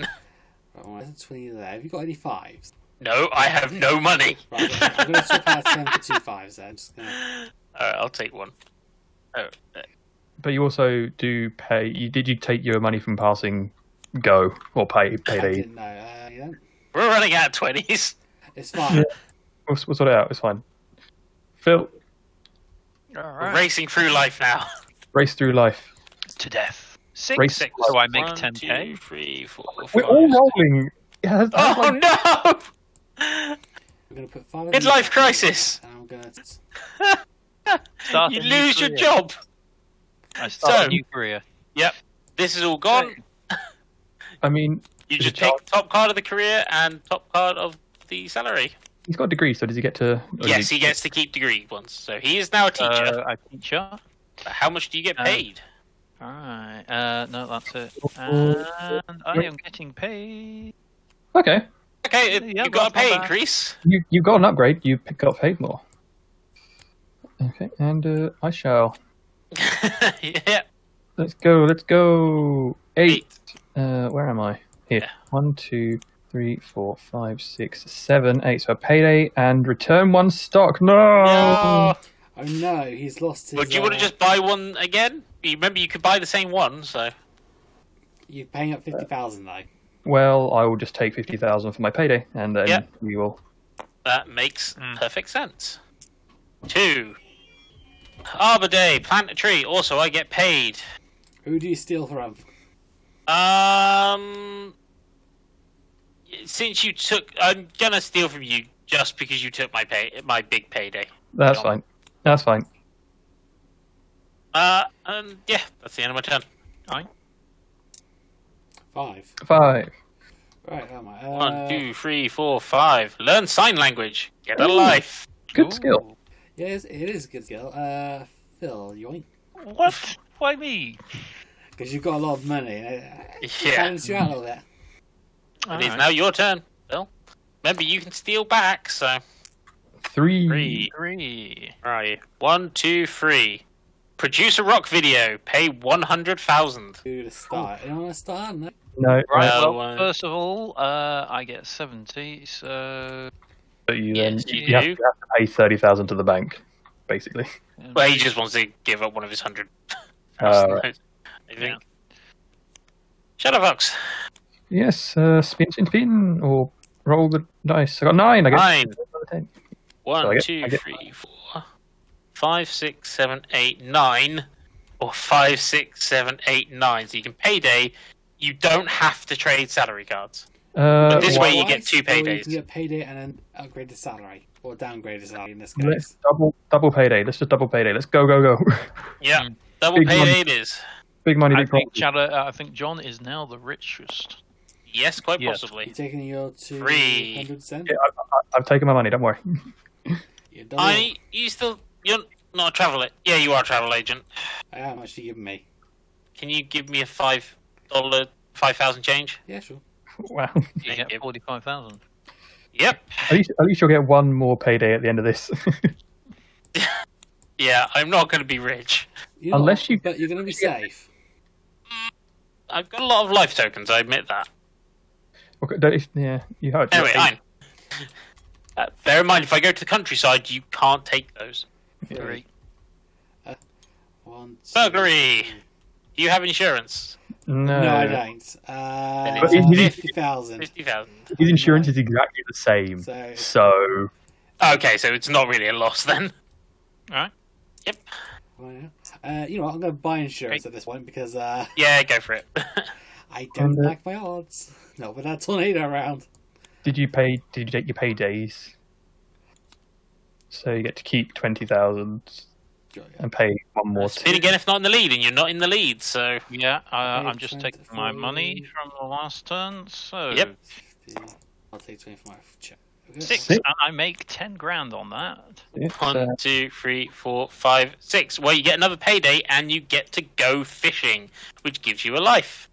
D: well, Oh, that's 20 there. Have you got any fives?
C: No, I have no money.
D: Right, well, I'm going to swap out 10 for two fives then. Just gonna...
C: Alright, I'll take one. Oh, uh,
A: But you also do pay. You Did you take your money from passing go or pay
D: I
A: payday?
D: didn't know. Uh, you don't-
C: we're running out of 20s.
D: It's fine.
A: We'll, we'll sort it out. It's fine. Phil,
B: All
C: We're
B: right.
C: racing through life now.
A: race through life.
B: to death. Six.
A: Race-
B: six. So I make
C: One,
B: ten
C: two,
B: k.
C: three, four,
A: We're
C: five,
A: all
C: six.
A: rolling. Yeah, that's- that's like-
C: Oh no!
D: We're going to put five.
C: Midlife crisis.
D: And I'm going to.
B: Start
C: you
B: a new
C: lose your
B: career.
C: job.
B: I start
C: So-
B: a new career.
C: This is all gone.
A: I mean,
C: You
A: Is
C: just
A: it
C: take
A: job?
C: top card of the career and top card of the salary.
A: he's got a degree, so does he get to? or does
C: yes, he gets to keep degree ones, so he is now a teacher.
B: Uh, I teacher.
C: But How much do you get
B: uh,
C: paid?
B: Alright, uh, no, that's it. And I am getting paid.
A: Okay,
C: Okay,
B: yeah,
C: it- you
B: well,
C: got a
B: it's not
C: pay
B: bad.
C: increase.
A: you you got an upgrade. You pick up paid more. Okay, and uh, I shall.
C: yeah,
A: Let's go. Let's go. Eight.
C: Eight.
A: Uh, where am I? Here.
C: Yeah.
A: One, two, three, four, five, six, seven, eight. So payday and return one stock. No.
C: No.
D: Oh no, he's lost his.
C: Would you
D: uh,
C: want to just buy one again? You remember you could buy the same one, so
D: You're paying up fifty thousand though.
A: Well, I will just take fifty thousand for my payday, and then
C: Yeah.
A: we will.
C: that makes
D: Hmm.
B: Mm.
C: perfect sense. Two. Arbor Day, plant a tree. Also, I get paid.
D: Who do you steal from?
C: Um, since you took, I'm gonna steal from you just because you took my pay, my big payday.
A: That's
C: John.
A: fine. That's fine.
C: Uh, um, yeah, that's the end of my turn.
D: Five.
A: Five.
D: Right, how am I? Uh,
C: One, two, three, four, five. Learn sign language. Get a life.
A: Good skill.
D: Yeah, it is, it is a good skill. Uh, Phil, yoink.
B: What? Why me?
D: Because you've got a lot of money. and It
C: Yeah,
D: balance you out a little bit.
C: it is now your turn, Bill. Remember, you can steal back. So
A: Three.
C: three.
B: Three.
C: Where are you? One, two, three. Produce a rock video. Pay one hundred thousand.
D: Do the start. You want to start? No.
A: No.
B: Right.
C: Well,
B: well,
C: uh,
B: first of all, uh, I get seventy. So
A: But you then
C: Yes, you
A: you have,
C: do.
A: you have to pay thirty thousand to the bank, basically.
B: um,
C: Well, he just wants to give up one of his hundred.
A: All Oh, right.
C: I think. Shut up, Fox.
A: Yes. Uh, spin, spin, spin, or roll the dice. I got nine. I guess.
C: Nine.
A: Ten. So I
C: One,
A: get-
C: two,
A: I get-
C: three, four, five, six, seven, eight, nine, or five, six, seven, eight, nine. So you can payday. You don't have to trade salary cards.
A: Uh,
C: this
A: one-
C: way you get two
D: Twice, Or you
C: paydays.
D: can get payday and then upgrade the salary. Or downgrade the salary in this
A: Let's
D: case.
A: double double payday. Let's just double payday. Let's go go go.
C: Yeah,
B: Hmm.
C: double
A: Big
C: payday
A: money.
C: it is.
A: big money,
B: I
A: big
B: think,
A: problem.
B: Chad, uh, I think John is now the richest.
C: Yes, quite
B: Yes.
D: You're
C: possibly.
D: taking your 200
C: Three.
D: cents?
A: Yeah, I, I, I've taken my money. Don't worry.
D: You're double.
C: I you still you're not a travel agent. Yeah, you are a travel agent.
D: How much are you giving me?
C: Can you give me a five dollar five thousand change?
D: Yeah, sure.
A: Wow.
B: You
C: Thank
B: get
C: you.
B: forty-five thousand.
C: Yep.
A: At least, at least you'll get one more payday at the end of this.
C: Yeah, I'm not going to be rich.
D: You're not,
A: Unless you-
D: But you're going to be safe.
C: I've got a lot of life tokens, I admit that.
A: okay, don't, if, yeah, you heard.
C: Anyway, Ein. Uh, bear in mind, if I go to the countryside, you can't take those.
B: Three.
D: One, two-
C: Burglary! Do you have insurance?
A: No,
D: No, I don't. Uh,
C: But
A: it-
D: 50,000.
C: 50,000.
A: his insurance is exactly the same.
D: So it's-
A: So
C: Okay, so it's not really a loss then.
D: Uh, you know what? I'm going to buy insurance at this point because uh,
C: Yeah, go for it.
D: I don't
A: And, uh,
D: like my odds. Not with that tornado around.
A: did you pay? Did you take your paydays? So you get to keep twenty thousand and pay one more.
C: Spin again if not in the lead, and you're not in the lead, so.
B: Yeah, uh, I'm just
D: 20,
B: taking my money
D: 40.
B: from the last turn. So
C: Yep.
D: I'll take 25. Check.
B: six,
A: Six.
B: and I make ten grand on that.
A: It's, uh,
C: One, two, three, four, five, six. Well, you get another payday, and you get to go fishing, which gives you a life.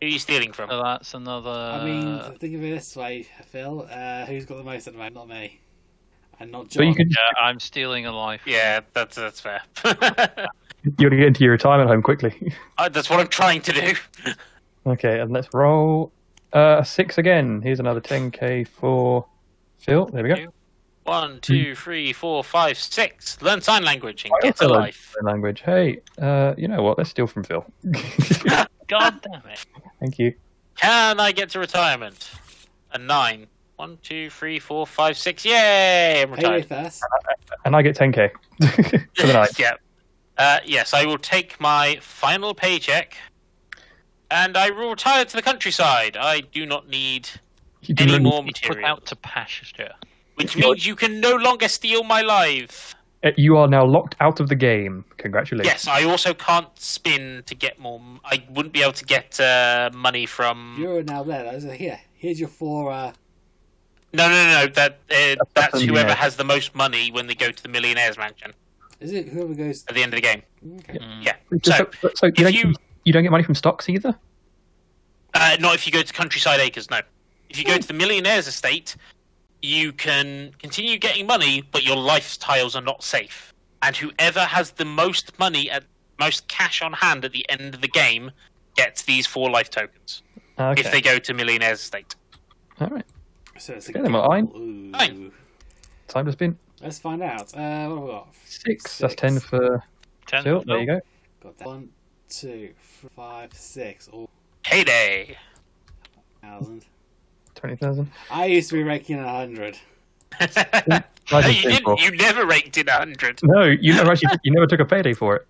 C: Who are you stealing from?
B: So that's another.
D: I mean,
A: Uh.
D: think of it this way, Phil. Uh, who's got the most at the moment? Not me. And not John.
A: but you could
B: yeah, I'm stealing a life.
C: Yeah, that's, that's fair.
A: you're gonna get into your retirement home quickly.
C: Uh, that's what I'm trying to do.
A: Okay, and let's roll uh, a six again. Here's another 10k for Phil. There we go.
B: Thank
C: One, two, three, four, five, six. Learn sign language and
A: I
C: get a
A: also learned
C: life.
A: sign language. Hey, uh, you know what? Let's steal from Phil.
B: God damn it!
A: Thank you.
C: Can I get to retirement? A nine. One, two, three, four, five, six. Yay! I'm
D: Payday
C: retired.
D: first.
A: And I get 10k for the night.
C: yeah. Uh, yes, I will take my final paycheck, and I will retire to the countryside. I do not need
A: You do
C: any
A: learn
C: more
B: It's put
C: material,
B: out to pasture.
C: which means you can no longer steal my life.
A: Uh, You are now locked out of the game. Congratulations.
C: Yes, I also can't spin to get more. m- I wouldn't be able to get uh, money from.
D: You're now there. Though. So here, here's your four. Uh,
C: No, no, no. no, That uh, that's
A: something,
C: whoever
A: yeah.
C: has the most money when they go to the millionaire's mansion
D: is it whoever goes?
C: at the end of the game.
D: Okay.
C: Yeah.
A: Just
C: So,
A: so, so you,
C: if
A: don't,
C: you-
A: you don't get money from stocks either?
C: uh, not if you go to Countryside Acres. No, if you go to the millionaire's estate, you can continue getting money, but your lifestyles are not safe. And whoever has the most money at most cash on hand at the end of the game gets these four life tokens.
A: Okay.
C: if they go to Millionaire's estate.
A: All right.
D: So it's a
A: Okay, then, well, I-
D: Ooh.
C: Fine.
A: Time to spin
D: Let's find out. Uh, what have we got?
A: six. That's ten for
B: Ten.
A: two. There you go.
D: Got that. One, two, f- five, six, all
C: Heyday!
D: thousand.
A: Twenty thousand.
D: I used to be raking a hundred.
C: no,
A: Nice and
C: you,
A: simple.
C: didn't, you never raked in a 100.
A: No, you never actually. You never took a payday for it.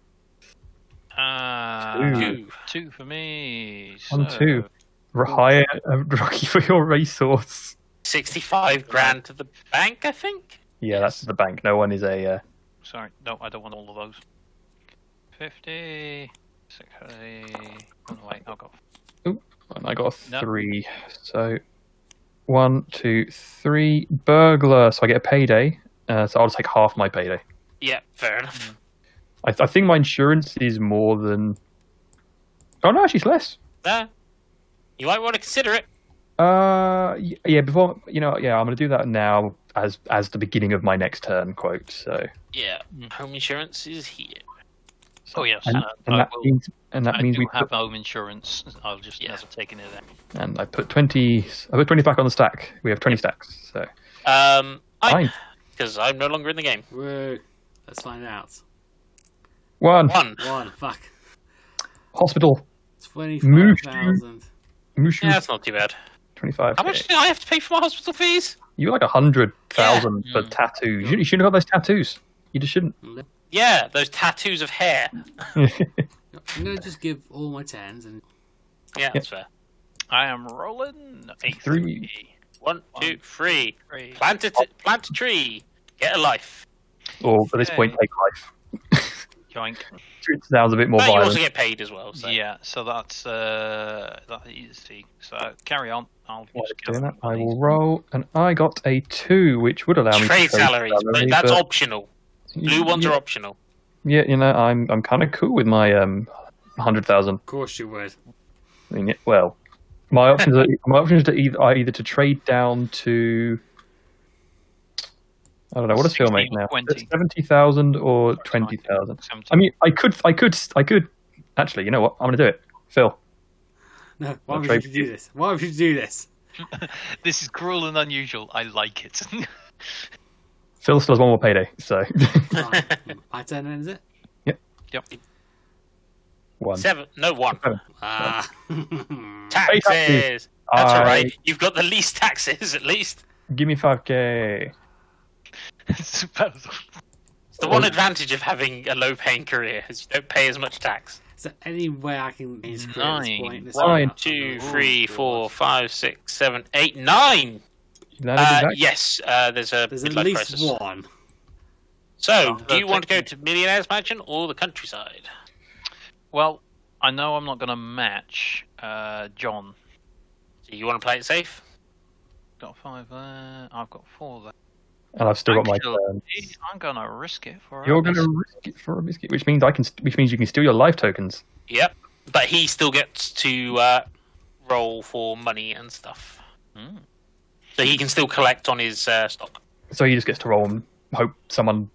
B: Oh, Ah,
A: Two.
B: two for me.
A: One,
B: so-
A: two. Hire a Rocky for your resource.
C: 65 grand to the bank, I think.
A: Yeah, that's the bank. No one is a. Uh,
B: Sorry, no, I don't want all of those. 50, 60. Oh, wait, I'll go.
A: and I got a
B: No.
A: three. So one, two, three. Burglar. So I get a payday. Uh, so I'll take half my payday.
C: Yeah, fair enough.
A: I, th- I think my insurance is more than. Oh no, she's less.
C: No. You might want to consider it.
A: Uh, y- yeah. Before you know, yeah, I'm gonna do that now as as the beginning of my next turn quote. So,
C: Yeah,
B: Mm.
C: home insurance is here.
B: Oh, yes.
A: and,
B: uh,
A: and
B: I,
A: that
B: will-
A: means and that
B: I
A: means
B: do
A: we
B: have
A: put,
B: home insurance. I'll just
C: Yeah.
B: never taken it out.
A: and I put twenty. I put twenty back on the stack. We have twenty stacks. So
C: Um, I
A: Fine.
C: because I'm no longer in the game.
D: Woo. Let's find out.
A: one
C: One.
D: One. Fuck.
A: hospital.
D: Twenty-five thousand.
A: Mushu
C: Yeah, that's not too bad.
A: twenty-five.
C: How much did I have to pay for my hospital fees?
A: You like a hundred thousand
C: Yeah.
A: for tattoos. You, you shouldn't have got those tattoos. You just shouldn't.
C: Yeah, those tattoos of hair.
D: I'm gonna just give all my tens and
C: Yeah, that's fair.
B: I am rolling a
A: Three.
C: One, two,
B: One.
C: three.
B: three.
C: Plant it. Plant a tree. Get a life.
A: or at this point,
B: Okay.
A: take life.
B: Joink.
A: It sounds a bit more
C: But you also
A: violent.
C: get paid as well. So.
B: Yeah, so that's uh, that easy. So carry on. I'll
A: While
B: just
A: I'm doing that,
B: count
A: I
B: these.
A: will roll, and I got a two, which would allow me
C: Trade
A: to
C: salaries, but that's optional. Blue ones
A: yeah,
C: are optional.
A: Yeah, you know, I'm I'm kind of cool with my um hundred thousand.
D: of course you would.
A: I mean, yeah, well, my options are my options are either are either to trade down to I don't know what does Phil make
B: 16 or
A: now
B: 20.
A: seventy thousand or
B: Sorry,
A: twenty thousand.
B: 17.
A: I mean, I could I could I could actually. You know what? I'm gonna do it, Phil.
D: No. Why
A: I'll
D: would
A: trade
D: you
A: with you.
D: do this? Why would you do this?
B: this is cruel and unusual. I like it.
A: Phil still has one more payday, so
D: Fine. my turn then, is it?
A: one.
C: Seven. No one.
D: Ah.
A: Pay
C: Taxes.
A: taxes.
C: That's
A: I-
C: all right. You've got the least taxes at least.
A: Give me five k.
B: It's about-
C: It's the one advantage of having a low-paying career is you don't pay as much tax.
D: Is there any way I can change career at this point?
B: Nine.
D: This
A: One,
D: is-
C: Two,
D: Oh,
C: three,
D: God.
C: four, five, six, seven, eight, nine. Uh, yes, uh, there's a
D: There's at
C: midlife
D: least
C: crisis.
D: one.
C: So,
B: Oh,
C: do you
B: that's
C: want to go to Millionaire's Mansion or the countryside?
B: well, I know I'm not going to match uh, John.
C: Do you want to play it safe?
B: Got five there. I've got four there.
A: and I've still got my
B: Actually,
A: turn.
B: I'm going to risk it for.
A: You're
B: others.
A: gonna risk it for a biscuit, which means I can, st- which means you can steal your life tokens.
C: Yep. But he still gets to uh, roll for money and stuff,
B: Hmm.
C: so he can still collect on his uh, stock.
A: So he just gets to roll and hope someone,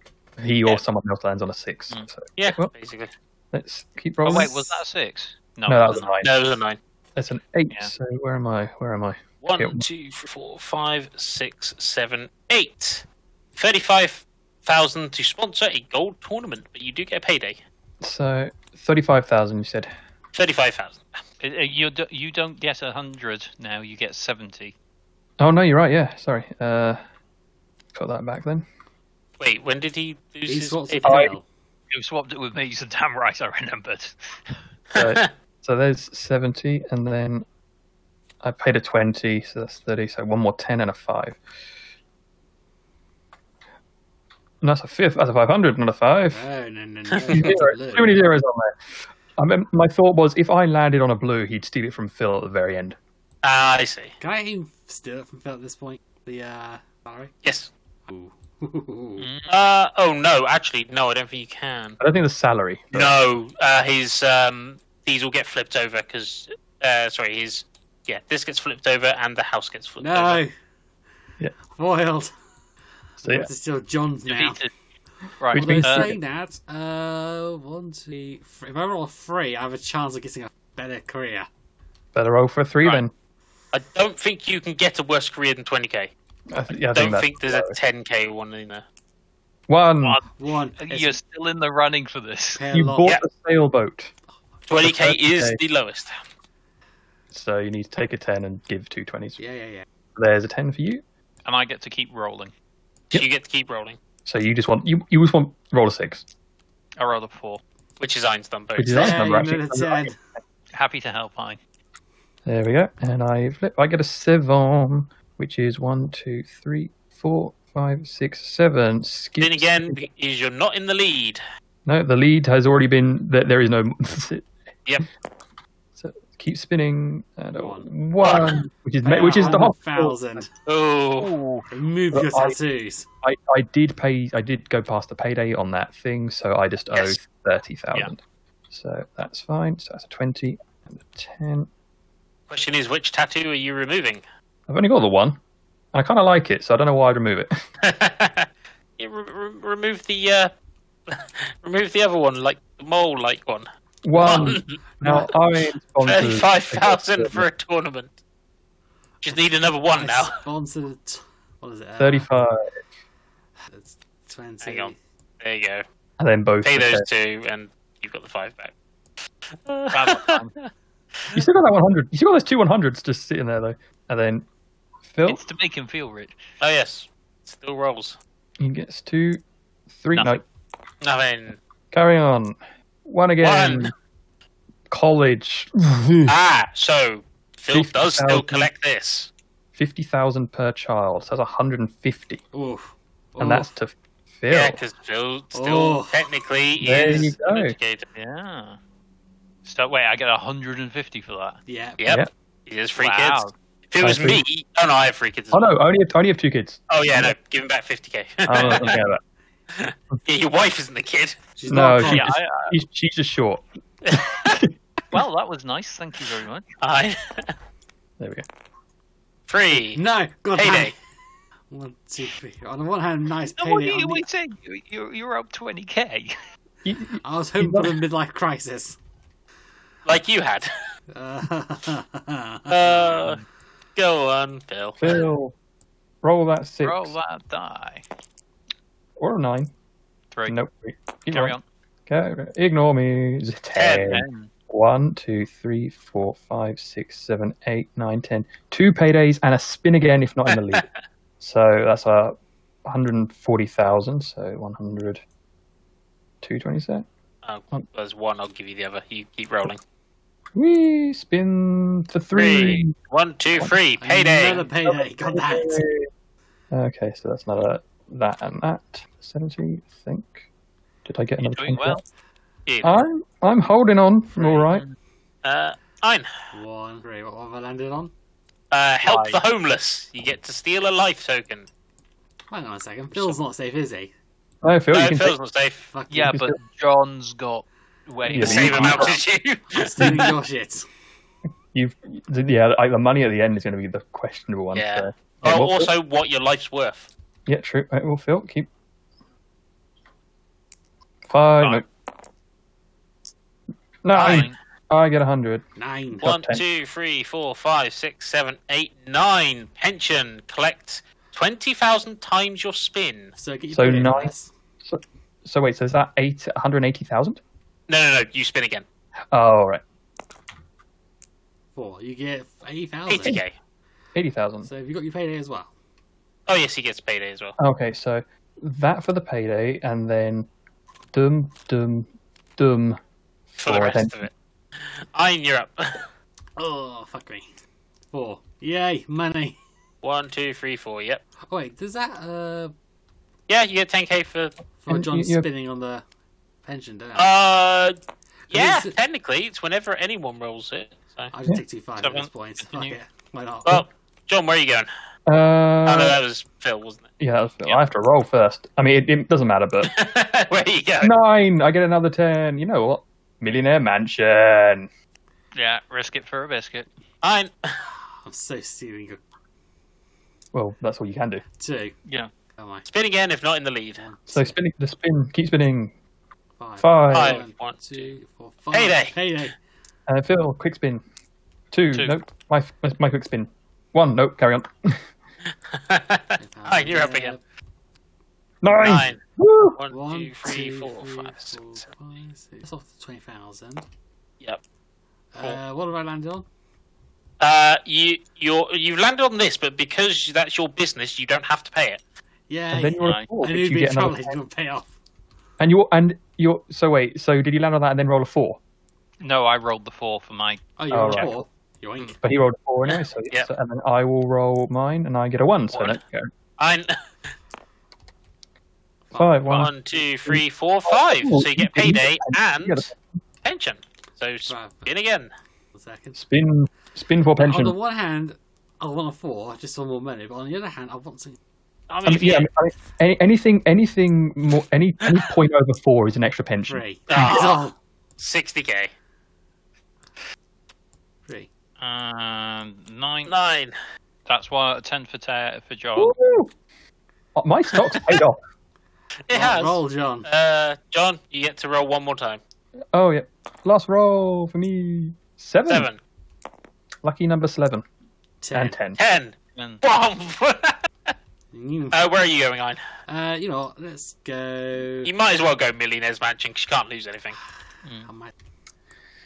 A: he or
C: Yeah.
A: someone else lands on a six.
B: Mm.
A: So
C: Yeah,
A: Well-
C: basically.
A: let's keep
B: Oh
A: rolling.
B: wait, was that a six? No,
A: no,
B: it
A: that was a
B: wasn't.
A: nine.
C: No, it was a nine.
A: That's an eight.
B: Yeah.
A: So where am I? Where am I?
C: One,
A: Okay.
C: two, four, five, six, seven, eight. Thirty-five thousand to sponsor a gold tournament, but you do get a payday.
A: So thirty-five thousand. You said.
C: Thirty-five thousand.
B: Uh, uh, You do- you don't get a hundred now. You get seventy.
A: Oh no, you're right. Yeah, sorry. Uh, put that back then.
C: Wait, when did he lose
D: He
C: his
D: sorts it
C: payday?
D: out.
B: You swapped it with me. So damn right, I remembered.
A: So, so there's seventy, and then I paid a twenty, so that's thirty. So one more ten and a five. And that's a fifth. That's a five hundred, not a five.
D: No, no, no, no.
A: Zero. Too many zeros on there. I mean, my thought was if I landed on a blue, he'd steal it from Phil at the very end.
C: Ah, I see.
D: Can I even steal it from Phil at this point? The uh, salary?
C: Yes.
D: Ooh.
C: Uh, oh no, actually, no, I don't think you can.
A: I don't think the salary. but-
C: No, uh, his um, these will get flipped over because, uh, sorry, his yeah, this gets flipped over and the house gets flipped over.
D: no.
A: Yeah.
D: Foiled.
A: So,
D: I
A: yeah.
D: have to steal John's now.
B: Defeated. Right.
A: Which
D: Although
A: means-
B: uh,
D: saying that, uh, one, two, three. If I roll a three, I have a chance of getting a better career.
A: Better roll for a three
C: Right.
A: then.
C: I don't think you can get a worse career than 20k.
A: I, th- yeah, I
C: I don't
A: that's
C: think there's a 10k one in there.
A: one.
B: One.
D: One. It's
B: You're still in the running for this.
D: pair
A: You
D: lot.
A: bought
C: Yeah.
A: the sailboat,
C: 20k is
A: 30K.
C: the lowest.
A: so you need to take a ten and give two twenties.
D: Yeah, yeah, yeah.
A: There's a ten for you.
B: And I get to keep rolling.
C: So
A: Yep.
C: you get to keep rolling,
A: So you just want you you just want roll a six,
B: I roll a four.
C: which is Einstein
A: which
C: bonus.
A: is that's
D: Ten
A: number actually.
D: out of ten.
B: Happy to help, I.
A: There we go. And I flip. I get a seven, which is one, two, three, four, five, six, seven. Skip-
C: Then again, is you're not in the lead.
A: no, the lead has already been. There, there is no.
C: Yep.
A: So keep spinning. And a one,
C: One.
A: which is ma- which is the
D: Hundred
A: whole.
D: thousand.
C: Oh,
A: I,
D: Remove your
A: I-
D: tattoos.
A: I did pay. I did go past the payday on that thing, so I just owe
C: Yes.
A: thirty thousand. So that's fine. So that's a twenty and a ten.
C: question is, which tattoo are you removing?
A: I've only got the one, and I kind of like it, so I don't know why I'd remove it.
C: You re- re- remove the uh, remove the other one, like the mole like one.
A: One. Now I sponsors.
C: Thirty-five thousand for a tournament. Just need another one now.
D: I sponsored. t- What is it? Uh,
A: Thirty-five,
D: It's Twenty.
C: Hang on. There you go.
A: and then both.
C: Pay
A: the
C: those
A: same.
C: two, and you've got the five back.
B: Bad luck, man.
A: You still got that one hundred. You still got those two one hundreds just sitting there though. And then Phil,
B: It's to make him feel rich.
C: Oh yes, still rolls.
A: he gets two, three. No,
B: Nothing.
C: Nothing.
A: carry on. One again.
C: One.
A: College. Hmm.
C: Ah, so Phil does still
A: 50,000.
C: collect this.
A: Fifty thousand per child. So that's hundred and fifty,
D: Oof.
A: and that's to Phil.
C: Yeah, because Phil still
D: Oh.
C: technically
A: There
C: is
A: you go.
C: an educator.
B: Yeah. So wait, I get 150 for that.
D: Yeah.
C: Yep.
A: Yep.
C: He has three
B: Wow.
C: kids. If it
A: I
C: was me, oh no, I have three kids. as
A: oh
C: well.
A: no, I only have, I only have two kids.
C: Oh yeah, Oh, no, give him back 50k.
A: I'm not thinking about
C: yeah, your wife isn't the kid.
D: She's
A: No,
D: not
A: she-
B: Yeah.
A: Yes.
D: yeah.
B: I, I,
A: that. She's, she's just short.
B: well, that was nice. Thank you very much.
C: I
A: There we go.
C: three
D: No. God damn
C: payday.
D: it. One, two, three. On the one hand, nice
B: No, what are
D: payday.
B: you
D: on the-
B: waiting? You're, you're up 20k.
A: You-
D: I was hoping for the midlife crisis.
C: like you had.
D: Uh,
C: Uh, go on, Phil.
A: Phil, roll that six
B: Roll that die.
A: or a nine.
B: Three.
A: Nope. wait, keep
B: Carry on.
A: Okay, ignore me. It's a
C: Ten.
A: ten. One, two, three, four, five, six, seven, eight, nine, ten. Two paydays and a spin again, if not in the lead. so that's a hundred and forty thousand. So one hundred, two twenty set.
C: Oh, there's one. I'll give you the other. You keep rolling.
A: We spin for three.
C: One, two, three. Payday.
D: Another payday. God damn it.
A: Okay, so that's another that and that seventy. I think. Did I get
B: You're
A: another?
B: doing
A: 20?
B: well.
C: Dude,
A: I'm I'm holding on. I'm all right.
C: Uh, Ein.
D: One, three. What have I landed on?
C: Uh, help
B: Right.
C: the homeless. You get to steal a life token.
D: Hang on a second. Phil's not safe, is he?
A: No, Phil, you
C: No,
A: can
C: Phil's not safe.
D: Fuck
B: Yeah,
D: you.
B: but John's got way
A: Yeah,
B: more.
C: The
A: but
C: same
A: you-
C: amount as you.
D: I'm stealing your shit.
A: You've the- yeah, like the money at the end is going to be the questionable one.
C: Yeah.
A: So. Yeah,
C: Oh,
A: well, Phil-
C: also, what your life's worth.
A: yeah, true. Right, well, Phil, keep. Five.
C: Five.
A: No,
C: Nine.
A: I get a hundred.
D: Nine.
A: What?
C: One,
A: ten.
C: two, three, four, five, six, seven, eight, nine. Pension. Collect 20,000 times your spin.
D: So get your
A: So
D: payday,
A: nine.
D: guys.
A: So wait, so is that eight hundred eighty thousand?
C: No, no, no. You spin again.
A: Oh, all right,
D: Four. You get eighty
A: Oh,
D: thousand.
C: 80k.
A: eighty thousand.
D: So have you got your payday as well?
C: Oh, yes, he gets payday as well.
A: Okay, so that for the payday, and then dum dum dum.
C: For the
A: Four,
C: rest
A: then.
C: of it. Ein, you're up.
D: Oh, fuck me. Four. Yay, money.
C: One, two, three, four. Yep.
D: Oh, wait, does that uh
C: Yeah, you get 10k for.
D: for
A: And
D: John
A: you- you-
D: spinning on the pension, don't I?
C: Uh, yeah,
D: Is it-
C: technically, it's whenever anyone rolls it. So.
D: I just take two five at
C: Seven.
D: this point. Fuck
B: Continue.
D: it. Why not?
C: Well, John, where are you going?
A: Uh,
C: oh, no, that was Phil, wasn't
A: yeah, that was Phil. I have to roll first. I mean, it, it doesn't matter, but
C: it? where are you going?
A: nine. I get another ten. You know what? Millionaire mansion.
B: Yeah, risk it for a biscuit.
C: Ein.
D: I'm so stealing your
A: Well, that's all you can do.
D: two. Oh
B: Yeah.
D: Am I?
C: Spin again if not in the lead.
A: So spinning the spin, keep spinning.
D: Five.
A: Five.
C: Five.
D: One,
C: One,
D: two, four, five.
C: Payday.
D: Payday.
A: Uh, Phil, quick spin. Two.
B: Two.
A: Nope. My my quick spin. One. Nope. Carry on.
C: Nine, you're up again.
A: Nine.
C: Nine.
A: Woo!
C: One, two, three, four,
D: three,
C: five, six,
D: four,
C: seven.
D: five, six. That's off the 20,000.
C: Yep.
D: Uh, what have I landed on?
C: Uh, you you're, you've landed on this, but because that's your business, you don't have to pay it.
D: Yeah.
A: And then you're a
B: Nine.
A: four,
D: I
A: but
D: knew
A: you
D: you'd be in
A: get
D: trouble.
A: another.
D: He's going to pay off.
A: And you're and you're. So wait. So did you land on that and then roll a four?
B: No, I rolled the four for my.
D: Oh, you're
A: Oh,
D: on
A: right.
D: four. Yoink.
A: But he rolled a four anyway. So,
C: Yeah.
A: so- and then I will roll mine, and I get a one. So
C: One.
A: let's go.
C: I'm
A: Five. One.
C: one, two, three, four, five. So you get payday
A: You
C: and
A: get
C: pension. So
D: Right,
C: spin again.
D: one second.
A: Spin. Spin for pension.
D: On the one hand, I want a four, just want more money. But on the other hand, I want to.
C: I mean,
A: I mean,
C: if you-
A: Um, yeah, I mean, I mean, any, anything, anything more, any, any point over four is an extra pension.
D: Three.
C: Ah.
D: It's all
C: 60k.
D: three.
B: Um, nine.
C: Nine.
B: That's why ten for tear for John.
A: Woo! Oh, my stock's paid off.
C: It
D: roll,
C: has.
D: roll, John.
C: Uh, John, you get to roll one more time.
A: Oh yeah, last roll for me. Seven.
C: Seven.
A: Lucky number seven
D: Ten.
A: and ten.
C: Ten.
B: And
C: Bomb.
D: Mm.
C: uh, where are you going, Ian?
D: Uh, you know, what, let's go.
C: You might as well go Millionaire's Mansion 'cause you can't lose anything.
D: I might-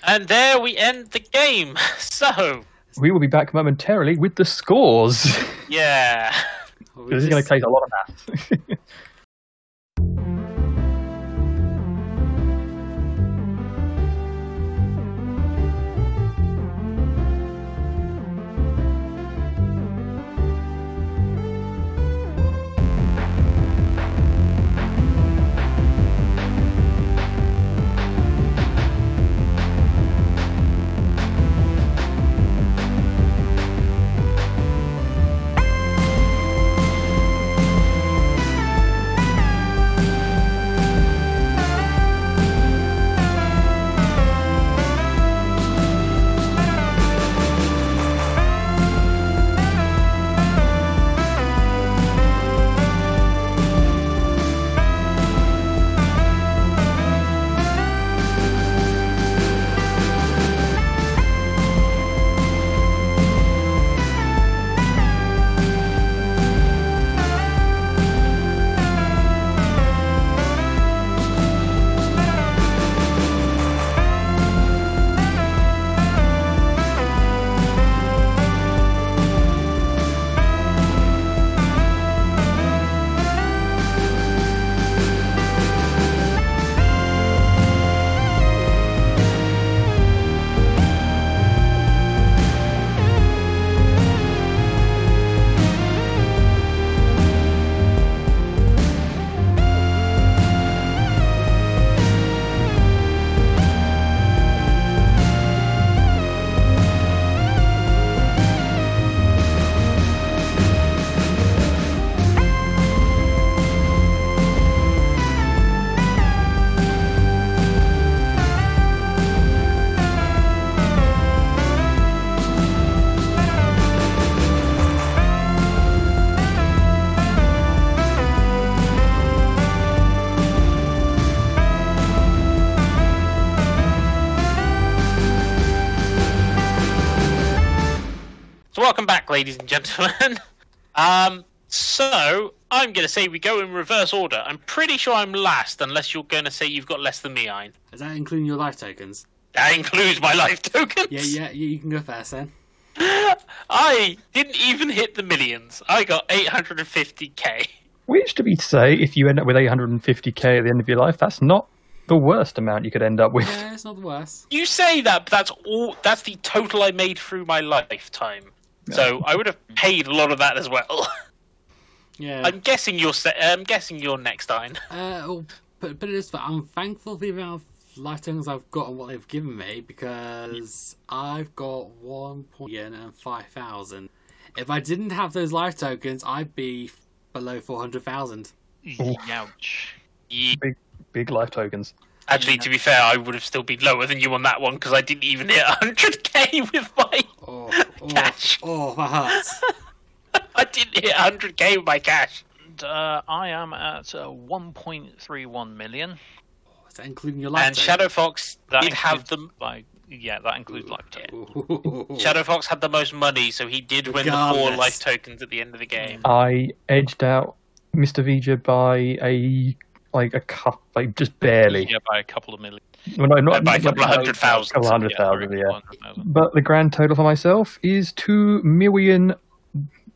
C: And there we end the game. So,
A: We will be back momentarily with the scores.
C: yeah.
D: well, we
A: this is going to
D: just-
A: take a lot of math.
C: So, welcome back, ladies and gentlemen. Um, so, I'm going to say we go in reverse order. I'm pretty sure I'm last, unless you're going to say you've got less than me, Ian.
D: Is that including your life tokens?
C: That includes my life tokens.
D: Yeah, yeah, you, you can go first then.
C: I didn't even hit the millions. I got 850k.
A: Which, to be say, if you end up with 850k at the end of your life, that's not the worst amount you could end up with.
D: Yeah, it's not the worst.
C: You say that, but that's all. That's the total I made through my lifetime. So I would have paid a lot of that as well.
D: Yeah.
C: I'm guessing you're. Se- I'm guessing you're next, Ian.
D: Uh, well, but but it is. I'm thankful for the amount of life tokens I've got and what they've given me because I've got one point and five thousand. If I didn't have those life tokens, I'd be below four hundred thousand.
B: ouch.
C: Ye-
A: Big life tokens.
C: Actually, to be fair, I would have still been lower than you on that one because I didn't even hit 100k with my.
D: Oh, oh,
C: Cash.
D: oh, that hurts.
C: I didn't hit 100k with my cash.
B: And, uh, I am at uh, 1.31 million.
D: Is that including your life
C: and
D: token?
C: Shadow Fox
B: That
C: did have
B: includes
C: them.
B: by yeah, that includes life token.
C: Shadow Fox had the most money, so he did win the four
D: Regardless.
C: life tokens at the end of the game.
A: I edged out Mr. Vija by a like a cup, like just barely.
B: Yeah, by a couple of million.
A: Well, no, not
C: by a couple of hundred thousand.
A: Couple of hundred
B: yeah.
A: thousand,
B: very
A: yeah.
B: hundred thousand.
A: But the grand total for myself is two million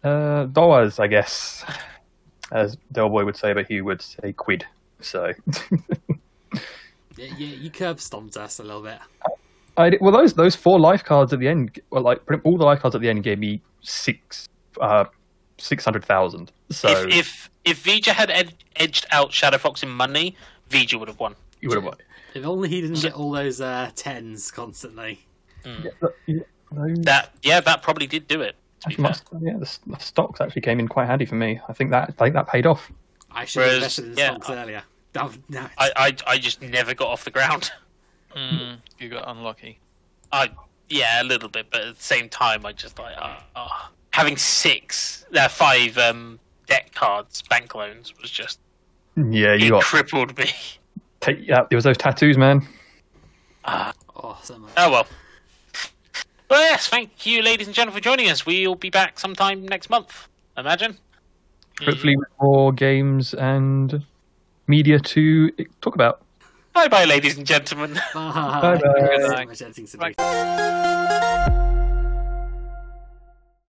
A: uh, dollars, I guess, as Del Boy would say, but he would say quid. So,
D: Yeah, yeah, you curb stomped us a little bit.
A: I did- well, those those four life cards at the end, well, like pretty- all the life cards at the end gave me six uh, six hundred thousand. So
C: If if if Vija had ed- edged out Shadow Fox in money, Vija would have won.
A: you would have won.
D: If only he didn't get all those uh, tens constantly.
A: Yeah, those-
C: Hmm. That yeah, that probably did do it. To
A: Actually,
C: be
A: my-
C: fair.
A: yeah, the, s- the stocks actually came in quite handy for me. I think that I think that paid off.
D: I should
C: Whereas,
D: have invested in
C: yeah,
D: stocks earlier. Oh, no, it's-
C: I, I I just never got off the ground.
B: Hmm, you got unlucky.
C: I yeah, a little bit, but at the same time, I just like ah ah. having six, uh, five um, debt cards, bank loans was just
A: Yeah,
C: it
A: you got
C: crippled me.
A: take, yeah, there was those tattoos, man.
C: Hmm.
D: oh, so much.
C: Oh well. Well, yes, thank you, ladies and gentlemen, for joining us. We'll be back sometime next month. Imagine.
A: Hopefully, with more games and media to talk about.
C: Bye, bye, ladies and gentlemen.
D: Bye.
A: Bye-bye.
D: There's so much editing to do.
B: Right.